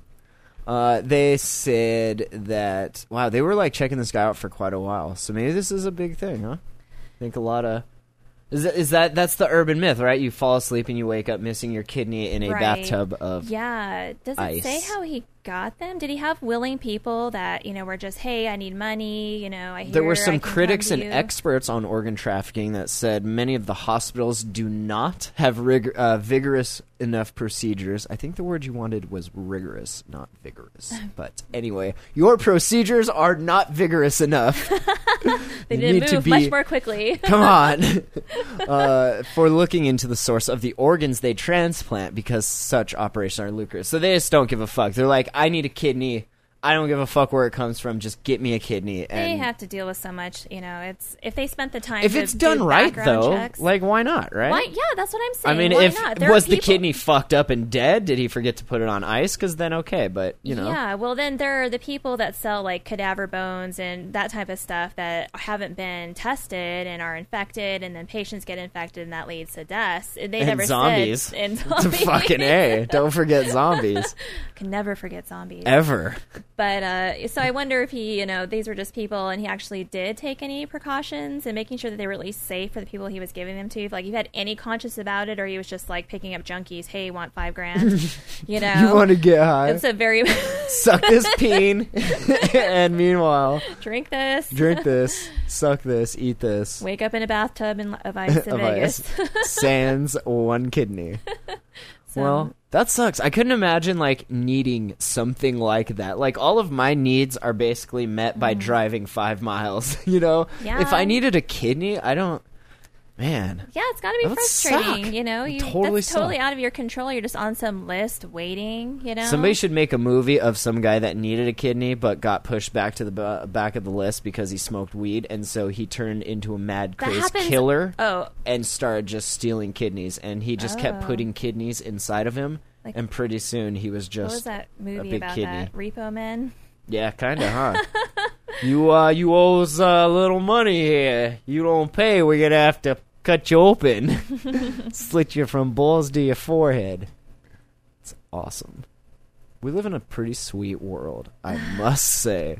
Speaker 1: Uh, they said that wow, they were like checking this guy out for quite a while. So maybe this is a big thing, huh? I think a lot of is that, is that that's the urban myth, right? You fall asleep and you wake up missing your kidney in a
Speaker 2: Right.
Speaker 1: bathtub of
Speaker 2: Yeah, does it say
Speaker 1: Ice.
Speaker 2: how he got them? Did he have willing people that you know were just, "Hey, I need money," you know? I hear
Speaker 1: There were
Speaker 2: I
Speaker 1: some
Speaker 2: can come
Speaker 1: critics
Speaker 2: to
Speaker 1: and
Speaker 2: you.
Speaker 1: experts on organ trafficking that said many of the hospitals do not have rig- uh, vigorous enough procedures. I think the word you wanted was rigorous, not vigorous. But anyway, your procedures are not vigorous enough.
Speaker 2: They
Speaker 1: You
Speaker 2: didn't
Speaker 1: need
Speaker 2: move
Speaker 1: to be-
Speaker 2: much more quickly.
Speaker 1: Come on. uh, for looking into the source of the organs they transplant because such operations are lucrative. So they just don't give a fuck. They're like, I need a kidney. I don't give a fuck where it comes from. Just get me a kidney. And
Speaker 2: they have to deal with so much, you know. It's if they spent the time.
Speaker 1: if
Speaker 2: to
Speaker 1: it's
Speaker 2: do
Speaker 1: done right
Speaker 2: background
Speaker 1: though
Speaker 2: checks,
Speaker 1: like why not right
Speaker 2: why? Yeah, that's what I'm
Speaker 1: i
Speaker 2: saying.
Speaker 1: mean
Speaker 2: why
Speaker 1: if
Speaker 2: not? There are
Speaker 1: was the
Speaker 2: people-
Speaker 1: kidney fucked up and dead did he forget to put it on ice because then okay but you know
Speaker 2: Yeah, well, then there are the people that sell like cadaver bones and that type of stuff that haven't been tested and are infected, and then patients get infected, and that leads to deaths. And they
Speaker 1: and
Speaker 2: never
Speaker 1: zombies
Speaker 2: said and
Speaker 1: It's a
Speaker 2: zombies.
Speaker 1: fucking a don't forget zombies
Speaker 2: Can never forget zombies.
Speaker 1: ever
Speaker 2: But uh, so I wonder if he, you know, these were just people, and he actually did take any precautions and making sure that they were at least safe for the people he was giving them to. If, like, he had any conscience about it, or he was just like picking up junkies. Hey, want five grand? you know,
Speaker 1: you want to get high
Speaker 2: Um, It's a very
Speaker 1: suck this peen and meanwhile
Speaker 2: drink this.
Speaker 1: drink this suck this eat this
Speaker 2: Wake up in a bathtub in, of ice in
Speaker 1: of
Speaker 2: Vegas.
Speaker 1: ice. sans one kidney
Speaker 2: So,
Speaker 1: Well, that sucks. I couldn't imagine like needing something like that. Like all of my needs are basically met by driving five miles. You know,
Speaker 2: Mm. Yeah.
Speaker 1: if I needed a kidney, I don't. Man,
Speaker 2: yeah, it's got to be
Speaker 1: That would
Speaker 2: frustrating.
Speaker 1: suck.
Speaker 2: You know,
Speaker 1: It
Speaker 2: you
Speaker 1: totally
Speaker 2: that's totally
Speaker 1: suck.
Speaker 2: out of your control. You're just on some list waiting. You know,
Speaker 1: somebody should make a movie of some guy that needed a kidney but got pushed back to the b- back of the list because he smoked weed, and so he turned into a mad
Speaker 2: That
Speaker 1: crazed
Speaker 2: happens-
Speaker 1: killer
Speaker 2: Oh,
Speaker 1: and started just stealing kidneys, and he just kept
Speaker 2: Oh.
Speaker 1: putting kidneys inside of him,
Speaker 2: Like-
Speaker 1: and pretty soon he was just
Speaker 2: what was that movie
Speaker 1: big
Speaker 2: about
Speaker 1: kidney.
Speaker 2: that Repo Men?
Speaker 1: Yeah, kind of, huh? you uh, you owe us a little money here. You don't pay, we're gonna have to cut you open, slit you from balls to your forehead. It's awesome. We live in a pretty sweet world, I must say.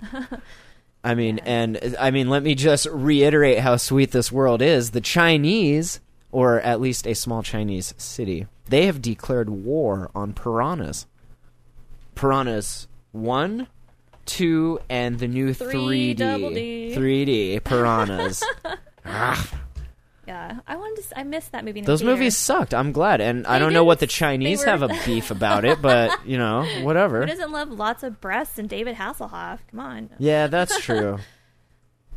Speaker 1: I mean, and I mean, let me just reiterate how sweet this world is. The Chinese, or at least a small Chinese city, they have declared war on piranhas. Piranhas one, two, and the new
Speaker 2: Three
Speaker 1: 3D,
Speaker 2: double D.
Speaker 1: 3D piranhas. Ah.
Speaker 2: Yeah, I wanted to. s- I missed that movie. In the
Speaker 1: Those
Speaker 2: theater.
Speaker 1: movies sucked. I'm glad, and I
Speaker 2: They
Speaker 1: don't
Speaker 2: did.
Speaker 1: know what the
Speaker 2: They
Speaker 1: Chinese
Speaker 2: were-
Speaker 1: have a beef about it, but you know, whatever.
Speaker 2: Who doesn't love lots of breasts and David Hasselhoff? Come on.
Speaker 1: yeah, that's true.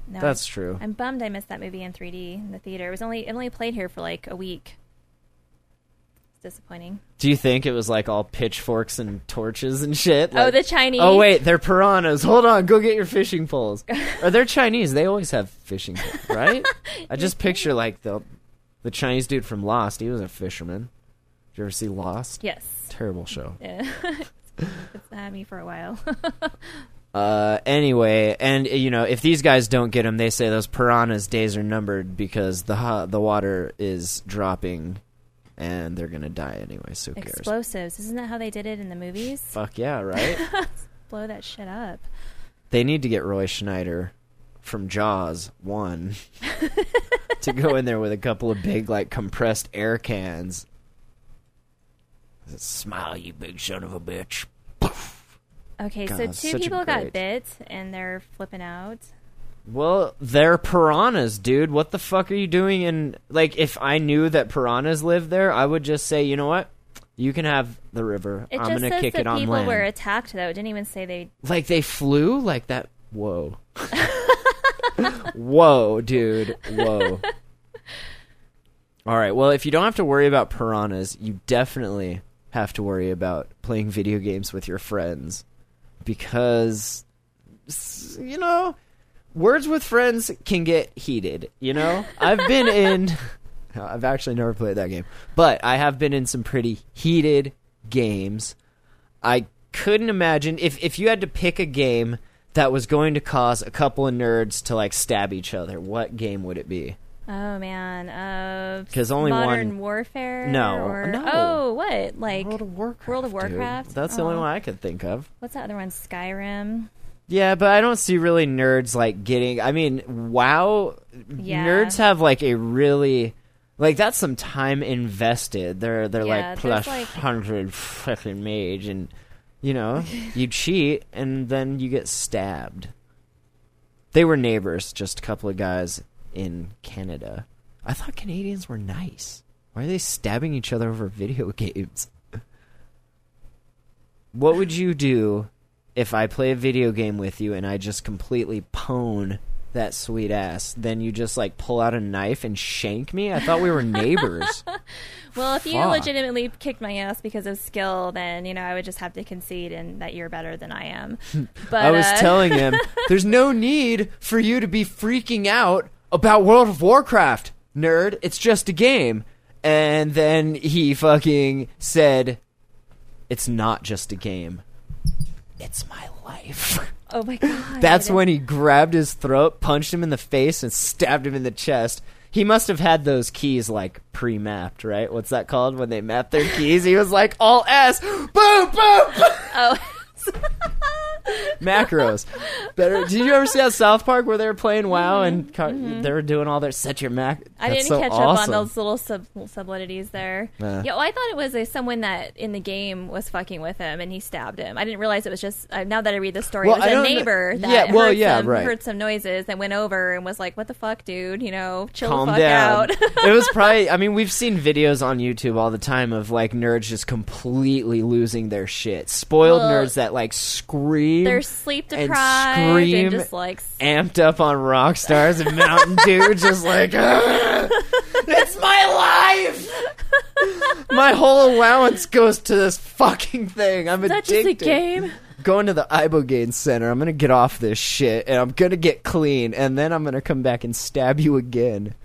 Speaker 2: No,
Speaker 1: That's
Speaker 2: I'm-
Speaker 1: true.
Speaker 2: I'm bummed I missed that movie in 3D in the theater. It was only it only played here for like a week. It's disappointing.
Speaker 1: Do you think it was like all pitchforks and torches and shit?
Speaker 2: Oh,
Speaker 1: Like-
Speaker 2: the Chinese.
Speaker 1: Oh wait, they're piranhas. Hold on, go get your fishing poles. Or they're Chinese. They always have fishing, poles, right? I just picture like the the Chinese dude from Lost. He was a fisherman. Did you ever see Lost?
Speaker 2: Yes.
Speaker 1: Terrible show.
Speaker 2: Yeah. it's had me for a while.
Speaker 1: Uh, anyway, and uh, you know, if these guys don't get him, they say those piranhas' days are numbered because the ha- the water is dropping, and they're gonna die anyway. So who cares?
Speaker 2: Explosives. Isn't that how they did it in the movies?
Speaker 1: Fuck yeah, right?
Speaker 2: Blow that shit up.
Speaker 1: they need to get Roy Schneider from Jaws one to go in there with a couple of big like compressed air cans. Smile, you big son of a bitch.
Speaker 2: Okay,
Speaker 1: God,
Speaker 2: so two
Speaker 1: such a
Speaker 2: people
Speaker 1: great-
Speaker 2: got bit and they're flipping out.
Speaker 1: Well, they're piranhas, dude. What the fuck are you doing? And like, if I knew that piranhas lived there, I would just say, you know what? You can have the river.
Speaker 2: It
Speaker 1: I'm
Speaker 2: just
Speaker 1: gonna
Speaker 2: says
Speaker 1: kick
Speaker 2: that
Speaker 1: it on
Speaker 2: people
Speaker 1: land.
Speaker 2: were attacked though. It didn't even say they
Speaker 1: like they flew like that. Whoa. Whoa, dude. Whoa. All right. Well, if you don't have to worry about piranhas, you definitely have to worry about playing video games with your friends because s- you know, words with friends can get heated, you know? I've been in I've actually never played that game, but I have been in some pretty heated games. I couldn't imagine if if you had to pick a game that was going to cause a couple of nerds to like stab each other. What game would it be?
Speaker 2: Oh man, uh,
Speaker 1: 'Cause only
Speaker 2: modern
Speaker 1: one-
Speaker 2: warfare.
Speaker 1: No,
Speaker 2: or,
Speaker 1: no.
Speaker 2: Oh, what like
Speaker 1: World of Warcraft. Oh.
Speaker 2: World of
Speaker 1: dude.
Speaker 2: Warcraft?
Speaker 1: That's the only
Speaker 2: Aw.
Speaker 1: one I could think of.
Speaker 2: What's that other one? Skyrim.
Speaker 1: Yeah, but I don't see really nerds like getting. I mean, wow,
Speaker 2: Yeah.
Speaker 1: nerds have like a really like that's some time invested. They're they're
Speaker 2: Yeah,
Speaker 1: like
Speaker 2: there's,
Speaker 1: plus
Speaker 2: like-
Speaker 1: hundred fucking mage, and you know you cheat and then you get stabbed. They were neighbors, just a couple of guys in Canada. I thought Canadians were nice. Why are they stabbing each other over video games? What would you do if I play a video game with you and I just completely pwn that sweet ass, then you just like pull out a knife and shank me? I thought we were neighbors.
Speaker 2: Well, if you
Speaker 1: Fuck.
Speaker 2: legitimately kicked my ass because of skill, then you know I would just have to concede and that you're better than I am. But
Speaker 1: I was
Speaker 2: uh,
Speaker 1: telling him, there's no need for you to be freaking out about World of Warcraft, nerd. It's just a game. And then he fucking said, it's not just a game. It's my life.
Speaker 2: Oh my god.
Speaker 1: That's when he grabbed his throat, punched him in the face, and stabbed him in the chest. He must have had those keys like pre mapped, right? What's that called when they map their keys? He was like, all S, boom, boom, boom.
Speaker 2: Oh,
Speaker 1: macros. Better. Did you ever see that South Park where they were playing WoW and co- they were doing all their set your mac?
Speaker 2: Mm-hmm. I
Speaker 1: That's
Speaker 2: didn't
Speaker 1: so
Speaker 2: catch
Speaker 1: awesome.
Speaker 2: up on those little sub subliteraties there.
Speaker 1: Yeah.
Speaker 2: yeah, well, I thought it was uh, someone that in the game was fucking with him and he stabbed him. I didn't realize it was just uh, now that I read the story,
Speaker 1: Well,
Speaker 2: it
Speaker 1: I
Speaker 2: was a
Speaker 1: don't kn-
Speaker 2: neighbor that
Speaker 1: Yeah, well,
Speaker 2: heard,
Speaker 1: yeah,
Speaker 2: some,
Speaker 1: right.
Speaker 2: heard some noises and went over and was like, "What the fuck, dude? You know, chill
Speaker 1: Calm
Speaker 2: the fuck
Speaker 1: down.
Speaker 2: out."
Speaker 1: it was probably. I mean, we've seen videos on YouTube all the time of like nerds just completely losing their shit. Spoiled
Speaker 2: Well,
Speaker 1: nerds that like scream.
Speaker 2: They're sleep
Speaker 1: and
Speaker 2: deprived and,
Speaker 1: scream
Speaker 2: just like s-
Speaker 1: amped up on rock stars and Mountain Dew, just like, "Ugh, it's my life. My whole allowance goes to this fucking thing. I'm
Speaker 2: that's just a
Speaker 1: addicted.
Speaker 2: game.
Speaker 1: Going to the Ibogaine Center. I'm gonna get off this shit and I'm gonna get clean, and then I'm gonna come back and stab you again.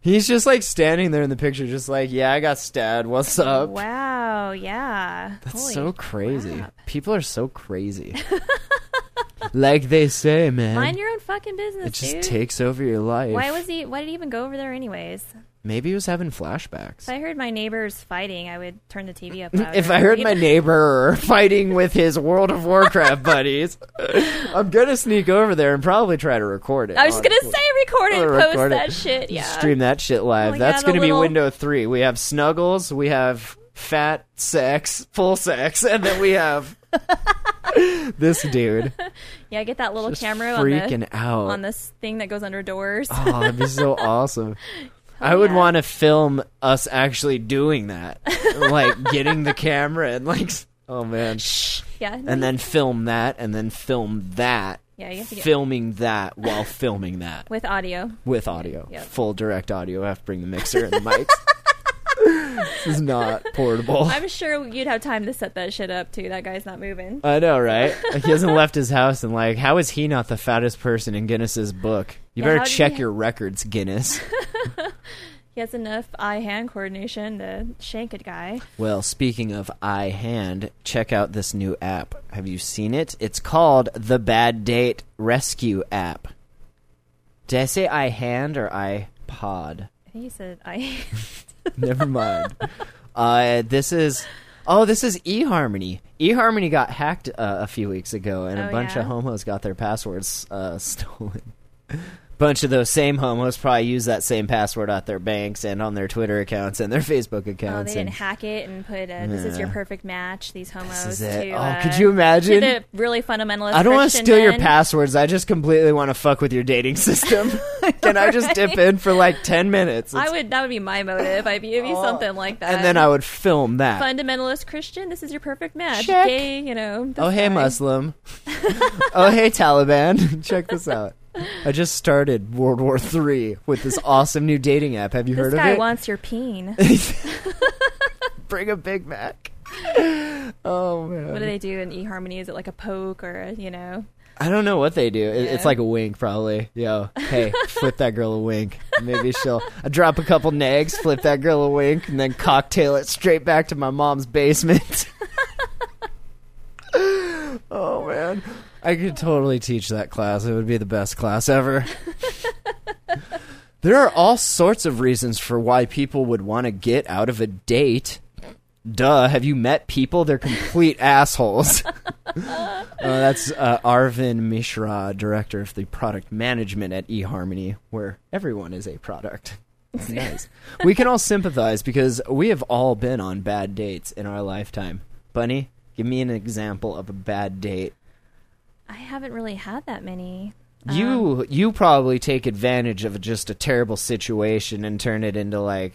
Speaker 1: He's just like standing there in the picture, just like, yeah, I got stabbed. What's up?
Speaker 2: Wow, yeah. That's Holy
Speaker 1: so crazy.
Speaker 2: crap.
Speaker 1: People are so crazy. like they say, man.
Speaker 2: Mind your own fucking business,
Speaker 1: It just
Speaker 2: dude.
Speaker 1: takes over your life.
Speaker 2: why was he? Why did he even go over there, anyways?
Speaker 1: Maybe he was having flashbacks.
Speaker 2: If I heard my neighbors fighting, I would turn the TV up. Louder.
Speaker 1: If I heard
Speaker 2: You
Speaker 1: my
Speaker 2: know-
Speaker 1: neighbor fighting with his World of Warcraft buddies, I'm gonna sneak over there and probably try to record it.
Speaker 2: I was just gonna
Speaker 1: honestly.
Speaker 2: say record it,
Speaker 1: Or
Speaker 2: post
Speaker 1: Oh, record it.
Speaker 2: that shit. Yeah. Oh
Speaker 1: Stream that shit live.
Speaker 2: Like,
Speaker 1: That's
Speaker 2: add a
Speaker 1: gonna
Speaker 2: little-
Speaker 1: be window three. We have snuggles, we have fat sex, full sex, and then we have this dude
Speaker 2: Yeah, get that little
Speaker 1: just
Speaker 2: camera on
Speaker 1: freaking
Speaker 2: the
Speaker 1: out.
Speaker 2: on this thing that goes under doors.
Speaker 1: oh, that'd be so awesome. I would
Speaker 2: yeah.
Speaker 1: want to film us actually doing that, like getting the camera and like, s- oh man,
Speaker 2: Yeah.
Speaker 1: and then film that, and then film that.
Speaker 2: Yeah, you have to get-
Speaker 1: filming that while filming that
Speaker 2: with audio.
Speaker 1: with audio,
Speaker 2: Yep.
Speaker 1: full direct audio. I have to bring the mixer and the mics. this is not portable.
Speaker 2: I'm sure you'd have time to set that shit up too. That guy's not moving.
Speaker 1: I know, right? Like, he hasn't left his house, and like, how is he not the fattest person in Guinness's book? You
Speaker 2: Yeah, how
Speaker 1: better
Speaker 2: did
Speaker 1: check
Speaker 2: he-
Speaker 1: your records, Guinness.
Speaker 2: He has enough eye hand coordination to shank a guy.
Speaker 1: Well, speaking of iHand, check out this new app. Have you seen it? It's called the Bad Date Rescue App. Did I say iHand or iPod?
Speaker 2: I think he said I.
Speaker 1: Never mind. Uh, this is oh, this is eHarmony. eHarmony got hacked uh, a few weeks ago, and a
Speaker 2: Oh,
Speaker 1: bunch
Speaker 2: yeah?
Speaker 1: of homos got their passwords uh, stolen. bunch of those same homos probably use that same password at their banks and on their Twitter accounts and their Facebook
Speaker 2: Oh,
Speaker 1: accounts.
Speaker 2: they didn't
Speaker 1: and-
Speaker 2: hack it and put uh, this is your
Speaker 1: Yeah.
Speaker 2: perfect match. These homos.
Speaker 1: is it.
Speaker 2: To,
Speaker 1: Oh,
Speaker 2: uh,
Speaker 1: could you
Speaker 2: To
Speaker 1: imagine?
Speaker 2: the really fundamentalist.
Speaker 1: I don't
Speaker 2: want to
Speaker 1: steal your
Speaker 2: men.
Speaker 1: passwords. I just completely want to fuck with your dating system. Can I just dip in for like ten minutes?
Speaker 2: I would. um, That would be my motive. I'd give you something like that.
Speaker 1: Oh. and then uh, I would film that.
Speaker 2: fundamentalist Christian. This is your perfect match.
Speaker 1: Check.
Speaker 2: Gay, you know. this
Speaker 1: oh hey
Speaker 2: guy.
Speaker 1: Muslim. oh hey Taliban. Check this out. I just started World War Three with this awesome new dating app. Have you
Speaker 2: This
Speaker 1: heard of
Speaker 2: guy
Speaker 1: it?
Speaker 2: wants your peen.
Speaker 1: Bring a Big Mac. Oh man.
Speaker 2: what do they do in eHarmony? Is it like a poke or a, you know?
Speaker 1: I don't know what they do. It, It's
Speaker 2: Yeah.
Speaker 1: like a wink, probably. Yo, hey, flip that girl a wink. Maybe she'll I drop a couple nags, flip that girl a wink, and then cocktail it straight back to my mom's basement. oh man, I could totally teach that class. It would be the best class ever. there are all sorts of reasons for why people would want to get out of a date. Duh, have you met people? They're complete assholes. Uh, that's uh, Arvind Mishra, director of the product management at eHarmony, where everyone is a product. nice. We can all sympathize because we have all been on bad dates in our lifetime. Bunny, give me an example of a bad date.
Speaker 2: I haven't really had that many.
Speaker 1: You you probably take advantage of just a terrible situation and turn it into like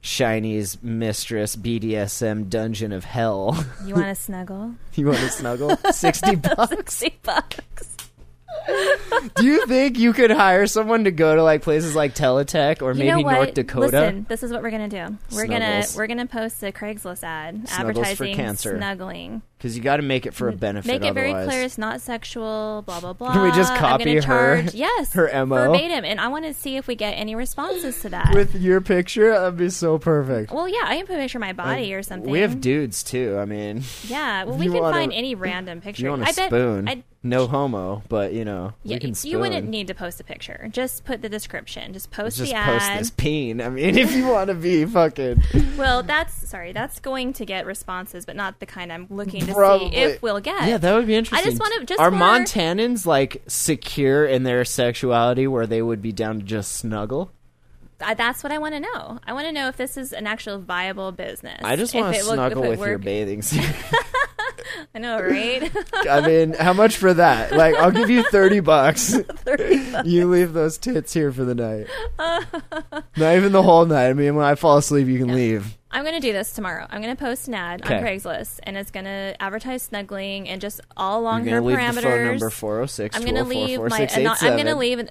Speaker 1: Shiny's mistress BDSM dungeon of hell.
Speaker 2: You want to snuggle?
Speaker 1: you want to snuggle? Sixty bucks.
Speaker 2: Sixty bucks.
Speaker 1: Do you think you could hire someone to go to like places like Teletech or
Speaker 2: You
Speaker 1: maybe
Speaker 2: know what?
Speaker 1: North Dakota?
Speaker 2: Listen, this is what we're gonna do. We're gonna
Speaker 1: Snuggles.
Speaker 2: we're gonna post a Craigslist ad
Speaker 1: Snuggles for
Speaker 2: advertising
Speaker 1: cancer.
Speaker 2: snuggling.
Speaker 1: Because you got to make it for a benefit.
Speaker 2: Make it very
Speaker 1: otherwise.
Speaker 2: clear it's not sexual. Blah blah blah.
Speaker 1: Can we just
Speaker 2: I'm
Speaker 1: copy
Speaker 2: gonna
Speaker 1: her-
Speaker 2: charge- Yes,
Speaker 1: her MO?
Speaker 2: verbatim, and I want to see if we get any responses to that.
Speaker 1: With your picture, that'd be so perfect.
Speaker 2: well, yeah, I can put a picture of my body or something.
Speaker 1: We have dudes too. I mean,
Speaker 2: Yeah, well, we
Speaker 1: You
Speaker 2: can
Speaker 1: wanna-
Speaker 2: find any random picture.
Speaker 1: if you want
Speaker 2: I
Speaker 1: a
Speaker 2: bet-
Speaker 1: spoon?
Speaker 2: I-
Speaker 1: no homo, but you know,
Speaker 2: yeah,
Speaker 1: we can
Speaker 2: you
Speaker 1: spoon.
Speaker 2: wouldn't need to post a picture. Just put the description. Just post
Speaker 1: just
Speaker 2: the
Speaker 1: post
Speaker 2: ad.
Speaker 1: this peen. I mean, if you want to be fucking,
Speaker 2: Well, that's sorry. That's going to get responses, but not the kind I'm looking to
Speaker 1: Probably.
Speaker 2: see if we'll get.
Speaker 1: yeah, that would be interesting.
Speaker 2: wanna- just
Speaker 1: are
Speaker 2: for-
Speaker 1: Montanans like secure in their sexuality where they would be down to just snuggle?
Speaker 2: I, that's what I want to know. I want to know if this is an actual viable business.
Speaker 1: I just
Speaker 2: If
Speaker 1: want to
Speaker 2: it will-
Speaker 1: snuggle
Speaker 2: if it
Speaker 1: with your
Speaker 2: work-
Speaker 1: bathing suit.
Speaker 2: I know, right?
Speaker 1: I mean, how much for that? Like, I'll give you 30 bucks. You leave those tits here for the night. Not even the whole night. I mean, when I fall asleep, you can leave.
Speaker 2: I'm gonna do this tomorrow. I'm gonna post an ad on
Speaker 1: Okay.
Speaker 2: Craigslist, and it's gonna advertise snuggling and just all along
Speaker 1: I'm
Speaker 2: her
Speaker 1: going to leave
Speaker 2: parameters.
Speaker 1: the phone number 406
Speaker 2: I'm gonna leave my. ano- I'm gonna leave. An,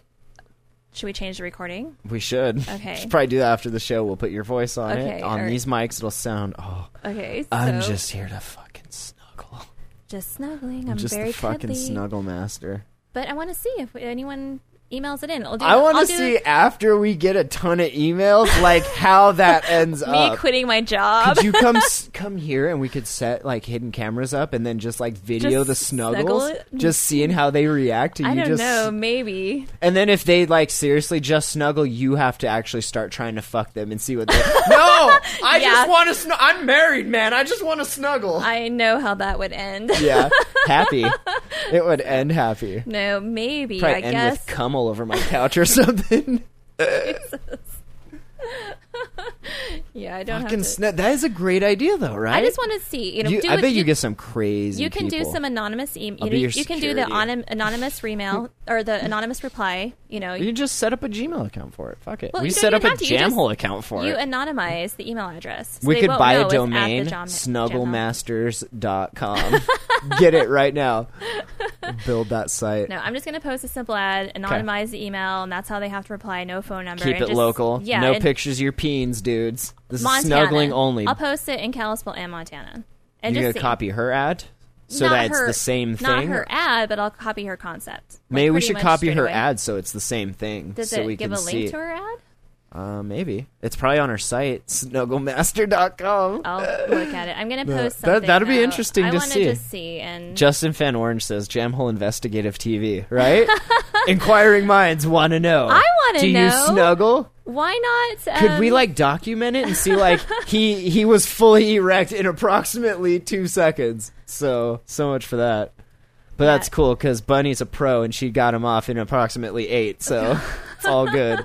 Speaker 2: should we change the recording?
Speaker 1: We should.
Speaker 2: Okay.
Speaker 1: Should probably do that after the show. We'll put your voice on
Speaker 2: Okay,
Speaker 1: it. On
Speaker 2: alright.
Speaker 1: these mics, it'll sound, oh,
Speaker 2: Okay, so
Speaker 1: I'm just here to fucking snuggle.
Speaker 2: just snuggling. I'm,
Speaker 1: I'm just
Speaker 2: very
Speaker 1: the fucking
Speaker 2: cuddly.
Speaker 1: snuggle master.
Speaker 2: But I want to see if anyone emails it in. I'll do,
Speaker 1: I want
Speaker 2: I'll
Speaker 1: to
Speaker 2: do
Speaker 1: see after we get a ton of emails, like how that ends
Speaker 2: me
Speaker 1: up.
Speaker 2: quitting my job.
Speaker 1: Could you come s- come here and we could set like hidden cameras up and then just like video
Speaker 2: Just
Speaker 1: the
Speaker 2: snuggle
Speaker 1: snuggles,
Speaker 2: it?
Speaker 1: just seeing how they react. And
Speaker 2: I
Speaker 1: you
Speaker 2: don't
Speaker 1: just,
Speaker 2: know. Maybe
Speaker 1: And then if they like seriously just snuggle, you have to actually start trying to fuck them and see what. they... no, I
Speaker 2: Yeah.
Speaker 1: just want to. Snu- I'm married, man. I just want to snuggle.
Speaker 2: I know how that would end.
Speaker 1: yeah, happy. It would end happy.
Speaker 2: No, maybe
Speaker 1: Probably
Speaker 2: I
Speaker 1: end
Speaker 2: guess.
Speaker 1: with cum all over my couch or something.
Speaker 3: Yeah, I don't
Speaker 1: Fucking
Speaker 3: have to.
Speaker 1: sna- that is a great idea, though, right?
Speaker 2: I just want to see. You know,
Speaker 1: You-
Speaker 2: do
Speaker 1: I
Speaker 2: it-
Speaker 1: bet you, get some crazy.
Speaker 2: You can do
Speaker 1: people.
Speaker 2: some anonymous email. You,
Speaker 1: be
Speaker 2: know,
Speaker 1: your
Speaker 2: you can do the
Speaker 1: security.
Speaker 2: anon- anonymous remail or the anonymous reply. You know,
Speaker 1: You just set up a Gmail account for it. Fuck it.
Speaker 2: Well,
Speaker 1: we
Speaker 2: you don't
Speaker 1: set up
Speaker 2: even
Speaker 1: a
Speaker 2: have to. You
Speaker 1: Jamhole
Speaker 2: just-
Speaker 1: account for
Speaker 2: you
Speaker 1: it.
Speaker 2: anonymize the email address. so
Speaker 1: we
Speaker 2: they
Speaker 1: could
Speaker 2: won't
Speaker 1: buy
Speaker 2: know
Speaker 1: a
Speaker 2: it's at the
Speaker 1: domain,
Speaker 2: Jam- Jamhole.
Speaker 1: snugglemasters.com. Get it right now. Build that site.
Speaker 2: No, I'm just going to post a simple ad, anonymize the email, and that's how they have to reply. No phone number.
Speaker 1: Keep
Speaker 2: and
Speaker 1: it
Speaker 2: just-
Speaker 1: local.
Speaker 2: Yeah,
Speaker 1: no
Speaker 2: and
Speaker 1: pictures of your peens, dudes. This
Speaker 2: Montana.
Speaker 1: is snuggling only.
Speaker 2: I'll post it in Kalispell and Montana. And
Speaker 1: you gonna
Speaker 2: just see.
Speaker 1: copy her ad so
Speaker 2: Not
Speaker 1: that it's
Speaker 2: her-
Speaker 1: the same thing.
Speaker 2: Not her ad, but I'll copy her concept. Like,
Speaker 1: Maybe we
Speaker 2: pretty
Speaker 1: should
Speaker 2: much
Speaker 1: copy
Speaker 2: straight
Speaker 1: her
Speaker 2: away.
Speaker 1: ad so it's the same thing.
Speaker 2: Does
Speaker 1: so
Speaker 2: it
Speaker 1: we
Speaker 2: give
Speaker 1: can
Speaker 2: a
Speaker 1: see
Speaker 2: link
Speaker 1: it.
Speaker 2: to her ad?
Speaker 1: Uh, maybe it's probably on her site, snugglemaster.com.
Speaker 2: I'll look at it. I'm gonna post
Speaker 1: that-
Speaker 2: something.
Speaker 1: that'd be
Speaker 2: though.
Speaker 1: interesting
Speaker 2: I
Speaker 1: to
Speaker 2: wanna
Speaker 1: see.
Speaker 2: Just see and
Speaker 1: Justin Fan Orange says Jamhole Investigative TV, right? Inquiring minds want to know.
Speaker 2: I wanna
Speaker 1: Do you
Speaker 2: know.
Speaker 1: snuggle?
Speaker 2: why not?
Speaker 1: Could
Speaker 2: um,
Speaker 1: we like document it and see like he he was fully erect in approximately two seconds? So so much for that. But that's cool because Bunny's a pro and she got him off in approximately eight, so it's all good.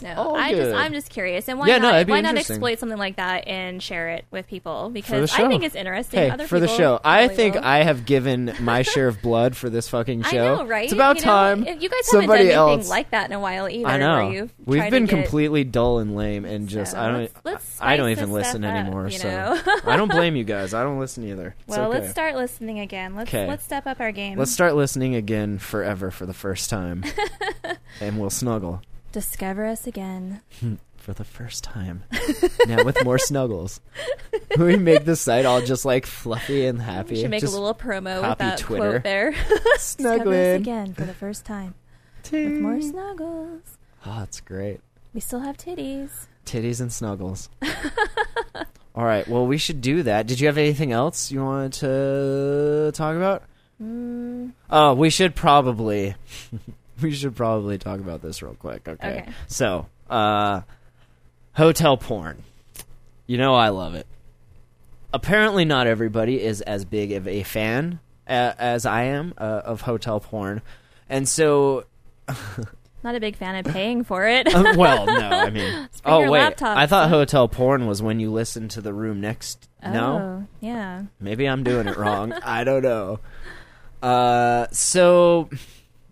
Speaker 2: No,
Speaker 1: all
Speaker 2: I
Speaker 1: good.
Speaker 2: just I'm just curious. And why
Speaker 1: Yeah, no,
Speaker 2: not?
Speaker 1: that'd be
Speaker 2: why not
Speaker 1: interesting.
Speaker 2: exploit something like that and share it with people?
Speaker 1: For the
Speaker 2: Because
Speaker 1: show,
Speaker 2: I think it's interesting.
Speaker 1: Hey,
Speaker 2: Other
Speaker 1: for the
Speaker 2: people
Speaker 1: show, I
Speaker 2: probably
Speaker 1: think
Speaker 2: will.
Speaker 1: I have given my share of blood for this fucking
Speaker 2: I
Speaker 1: show.
Speaker 2: know, right?
Speaker 1: It's about
Speaker 2: You know,
Speaker 1: time.
Speaker 2: if you guys
Speaker 1: somebody
Speaker 2: haven't done
Speaker 1: else.
Speaker 2: anything like that in a while either.
Speaker 1: I know.
Speaker 2: Where you've
Speaker 1: We've
Speaker 2: tried
Speaker 1: been
Speaker 2: to get-
Speaker 1: completely dull and lame, and just
Speaker 2: So,
Speaker 1: I don't. e-
Speaker 2: let's- let's
Speaker 1: I don't
Speaker 2: spice
Speaker 1: even
Speaker 2: this
Speaker 1: listen
Speaker 2: stuff up,
Speaker 1: anymore.
Speaker 2: you
Speaker 1: so
Speaker 2: know?
Speaker 1: I don't blame you guys. I don't listen either. It's
Speaker 2: Well,
Speaker 1: okay.
Speaker 2: let's start listening again. Let's
Speaker 1: 'Kay.
Speaker 2: let's step up our game.
Speaker 1: Let's start listening again forever for the first time, and we'll snuggle
Speaker 2: discover us again.
Speaker 1: for the first time. now with more snuggles, we make this site all just like fluffy and happy.
Speaker 2: We should make
Speaker 1: Just
Speaker 2: a little promo
Speaker 1: copy
Speaker 2: with that
Speaker 1: Twitter.
Speaker 2: quote there. discover us
Speaker 1: snuggling.
Speaker 2: again for the first time. With more snuggles.
Speaker 1: Oh, it's great.
Speaker 2: We still have titties.
Speaker 1: Titties and snuggles. All right. Well, we should do that. Did you have anything else you wanted to talk about? Oh, we should probably we should probably talk about this real quick. Okay.
Speaker 2: Okay.
Speaker 1: So, uh hotel porn. You know I love it. Apparently not everybody is as big of a fan a- as I am uh, of hotel porn. And so
Speaker 2: Not a big fan of paying for it.
Speaker 1: um, well, no, I mean.
Speaker 2: bring
Speaker 1: oh
Speaker 2: your
Speaker 1: wait,
Speaker 2: laptop,
Speaker 1: I thought
Speaker 2: son.
Speaker 1: hotel porn was when you listen to the room next. No,
Speaker 2: Oh, yeah.
Speaker 1: maybe I'm doing it wrong. I don't know. Uh, so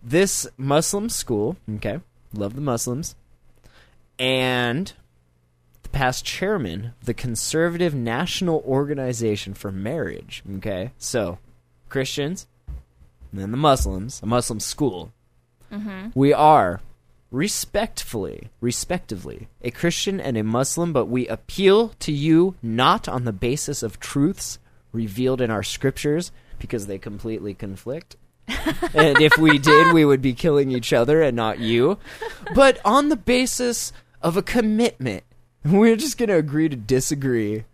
Speaker 1: this Muslim school, okay, love the Muslims, and the past chairman, the Conservative National Organization for Marriage. Okay, so Christians, and then the Muslims, a Muslim school.
Speaker 2: Mm-hmm.
Speaker 1: We are respectfully, respectively, a Christian and a Muslim, but we appeal to you not on the basis of truths revealed in our scriptures because they completely conflict. and if we did, we would be killing each other and not you, but on the basis of a commitment. We're just going to agree to disagree.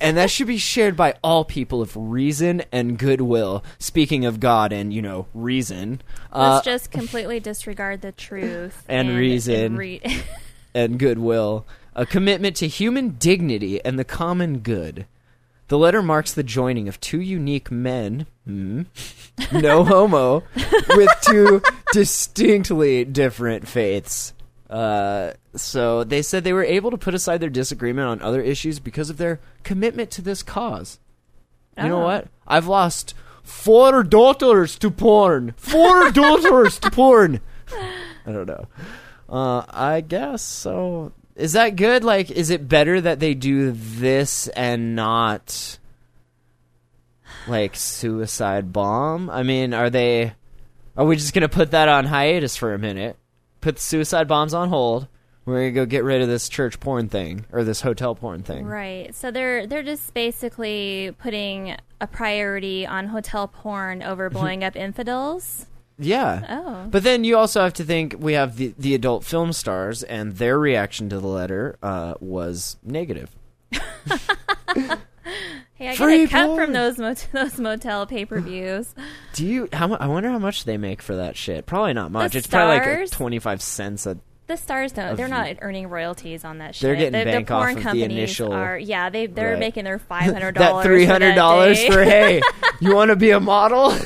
Speaker 1: and that should be shared by all people of reason and goodwill. Speaking of God and, you know, reason. Uh,
Speaker 2: Let's just completely disregard the truth
Speaker 1: and reason.
Speaker 2: re-
Speaker 1: and goodwill, a commitment to human dignity and the common good. The letter marks the joining of two unique men, hmm, no homo, with two distinctly different faiths. Uh, so they said they were able to put aside their disagreement on other issues because of their commitment to this cause. You know
Speaker 2: Oh.
Speaker 1: what? I've lost four daughters to porn. Four daughters to porn. I don't know. Uh, I guess so. Is that good? Like, is it better that they do this and not like suicide bomb? I mean, are they? Are we just gonna put that on hiatus for a minute? Put the suicide bombs on hold. We're gonna go get rid of this church porn thing or this hotel porn thing.
Speaker 2: right. So they're they're just basically putting a priority on hotel porn over blowing up infidels.
Speaker 1: Yeah.
Speaker 2: Oh.
Speaker 1: But then you also have to think we have the, the adult film stars, and their reaction to the letter uh, was negative.
Speaker 2: Hey, I
Speaker 1: Free
Speaker 2: gotta cut
Speaker 1: porn.
Speaker 2: from those mot- those motel pay per views.
Speaker 1: Do you? How mu- I wonder how much they make for that shit. Probably not much. it's probably like
Speaker 2: stars?
Speaker 1: twenty five cents a.
Speaker 2: The stars don't. They're not earning royalties on that shit.
Speaker 1: They're getting
Speaker 2: the,
Speaker 1: bank
Speaker 2: the
Speaker 1: off
Speaker 2: porn
Speaker 1: of the
Speaker 2: companies
Speaker 1: initial-
Speaker 2: Are, yeah, they they're
Speaker 1: Right.
Speaker 2: making their five hundred
Speaker 1: That
Speaker 2: dollars.
Speaker 1: three hundred dollars
Speaker 2: day.
Speaker 1: for hey, you want to be a model?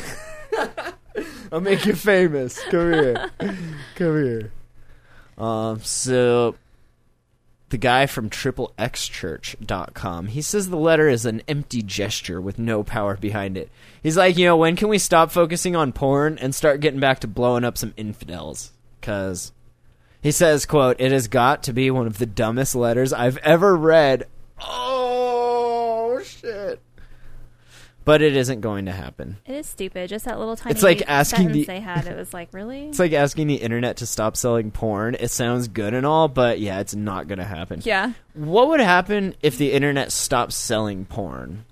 Speaker 1: I'll make you famous. Come here, come here. Um. So the guy from triplexchurch.com. He says the letter is an empty gesture with no power behind it. He's like, you know, when can we stop focusing on porn and start getting back to blowing up some infidels? Because he says, quote, it has got to be one of the dumbest letters I've ever read. Oh, shit. But it isn't going to happen.
Speaker 2: It is stupid. Just that little tiny
Speaker 1: It's like asking
Speaker 2: sentence
Speaker 1: the-
Speaker 2: they had. It was like, really?
Speaker 1: It's like asking the internet to stop selling porn. It sounds good and all, but yeah, it's not going to happen.
Speaker 2: yeah.
Speaker 1: What would happen if the internet stopped selling porn?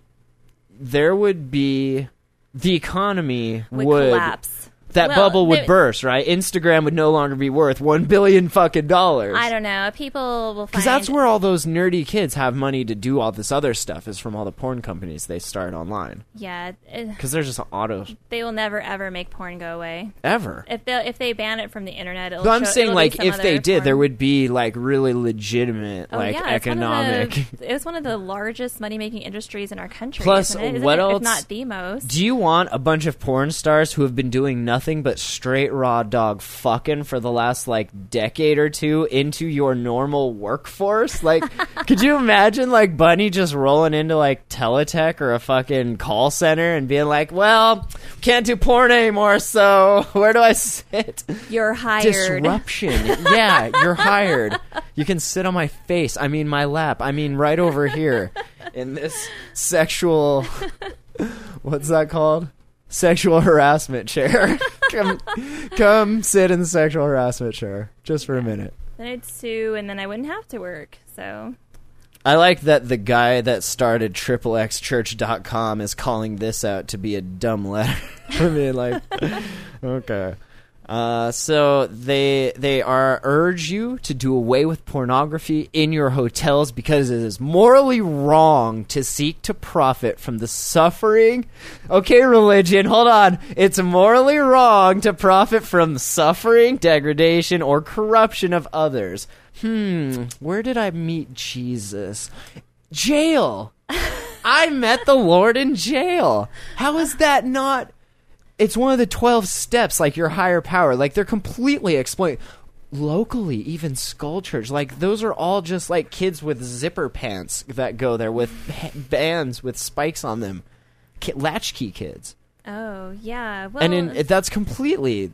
Speaker 1: There would be the economy
Speaker 2: Would,
Speaker 1: would,
Speaker 2: collapse.
Speaker 1: that
Speaker 2: Well,
Speaker 1: bubble would
Speaker 2: they-
Speaker 1: burst, right? Instagram would no longer be worth 1 billion fucking dollars.
Speaker 2: I don't know. People will find.
Speaker 1: Cuz that's where all those nerdy kids have money to do all this other stuff is from all the porn companies they start online.
Speaker 2: Yeah, it-
Speaker 1: Cuz they're just auto
Speaker 2: they will never ever make porn go away.
Speaker 1: ever.
Speaker 2: If they if they ban it from the internet, it'll
Speaker 1: But I'm
Speaker 2: show-
Speaker 1: saying
Speaker 2: it'll be
Speaker 1: like
Speaker 2: some
Speaker 1: if they
Speaker 2: other
Speaker 1: did there
Speaker 2: form.
Speaker 1: would be like really legitimate
Speaker 2: Oh,
Speaker 1: like
Speaker 2: yeah, it's one of
Speaker 1: economic
Speaker 2: the- It was one of the largest money making industries in our country.
Speaker 1: Plus,
Speaker 2: isn't it? Isn't
Speaker 1: what
Speaker 2: it,
Speaker 1: else-
Speaker 2: If not the most.
Speaker 1: Do you want a bunch of porn stars who have been doing nothing but straight raw dog fucking for the last like decade or two into your normal workforce? Like, could you imagine like Bunny just rolling into like Teletech or a fucking call center and being like, "Well, can't do porn anymore, so where do I sit?"
Speaker 2: You're hired.
Speaker 1: Disruption. yeah, you're hired. You can sit on my face. I mean, my lap. I mean, right over here in this sexual. What's that called? Sexual harassment chair. come, come sit in the sexual harassment chair just for a minute.
Speaker 2: Then I'd sue, and then I wouldn't have to work. So
Speaker 1: I like that the guy that started triplexchurch.com is calling this out to be a dumb letter. I mean, like, okay. Uh, so they they are urge you to do away with pornography in your hotels because it is morally wrong to seek to profit from the suffering. Okay, religion, hold on. It's morally wrong to profit from suffering, degradation, or corruption of others. Hmm, where did I meet Jesus? Jail. I met the Lord in jail. How is that not? It's one of the 12 steps, like your higher power. Like they're completely exploiting. Locally, even Skull Church, like those are all just like kids with zipper pants that go there with ha- bands with spikes on them. Ki- latchkey kids.
Speaker 2: oh yeah, well,
Speaker 1: and in, that's completely.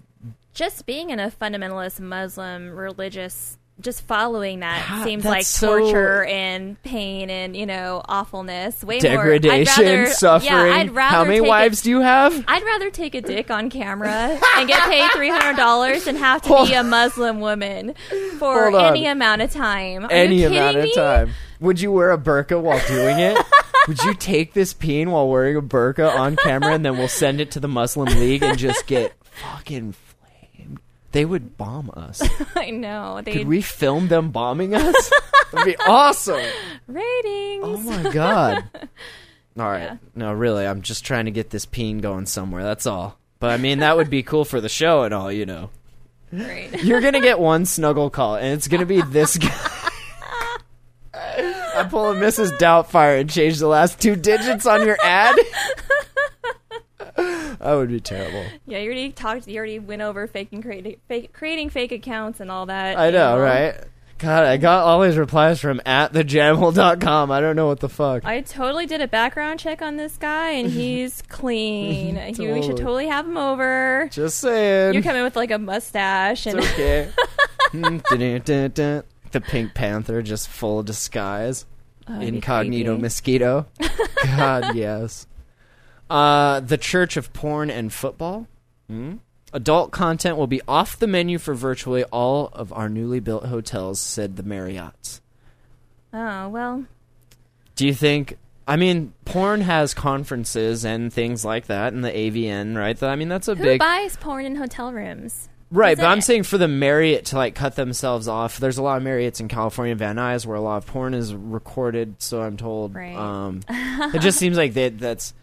Speaker 2: just being in a fundamentalist Muslim religious. Just following that
Speaker 1: Ah,
Speaker 2: seems
Speaker 1: that's
Speaker 2: like
Speaker 1: so-
Speaker 2: torture and pain and you know awfulness. Way
Speaker 1: Degradation,
Speaker 2: more. I'd rather,
Speaker 1: suffering.
Speaker 2: Yeah, I'd rather
Speaker 1: How many
Speaker 2: take a-
Speaker 1: wives do you have?
Speaker 2: I'd rather take a dick on camera and get paid three hundred dollars than have to be a Muslim woman for
Speaker 1: Hold on.
Speaker 2: any amount of time. Are
Speaker 1: any
Speaker 2: you
Speaker 1: amount
Speaker 2: kidding
Speaker 1: of
Speaker 2: me?
Speaker 1: time. Would you wear a burqa while doing it? Would you take this peen while wearing a burqa on camera and then we'll send it to the Muslim League and just get fucking flamed? They would bomb us.
Speaker 2: I know. They
Speaker 1: Could we film them bombing us? That'd be awesome.
Speaker 2: ratings.
Speaker 1: Oh my god. All right. No, really, I'm just trying to get this peen going somewhere. That's all. But I mean, that would be cool for the show and all, you know.
Speaker 2: Right.
Speaker 1: You're gonna get one snuggle call, and it's gonna be this guy. I'm pulling Mrs. Doubtfire and change the last two digits on your ad. that would be terrible.
Speaker 2: Yeah, you already talked. You already went over faking, creating fake, creating fake accounts and all that. Um,
Speaker 1: I know,
Speaker 2: Yeah.
Speaker 1: right? God, I got all these replies from at thejamhole.com. I don't know what the fuck.
Speaker 2: I totally did a background check on this guy, and he's clean. He- We should
Speaker 1: Totally.
Speaker 2: totally have him over.
Speaker 1: Just saying.
Speaker 2: You're coming with like a mustache and
Speaker 1: It's okay. Mm, dun-dun-dun-dun. the Pink Panther just full disguise.
Speaker 2: be
Speaker 1: Incognito
Speaker 2: creepy.
Speaker 1: mosquito. God, yes. Uh, the Church of Porn and Football. Hmm? Adult content will be off the menu for virtually all of our newly built hotels, said the Marriotts.
Speaker 2: oh well,
Speaker 1: Do you think? I mean, porn has conferences and things like that, and the AVN, right? That- I mean, that's a
Speaker 2: who
Speaker 1: big
Speaker 2: buys porn in hotel rooms?
Speaker 1: Right, but
Speaker 2: Isn't
Speaker 1: I'm
Speaker 2: it-
Speaker 1: saying for the Marriott to like cut themselves off. There's a lot of Marriotts in California, Van Nuys, where a lot of porn is recorded. So I'm told.
Speaker 2: Right.
Speaker 1: Um, it just seems like that that's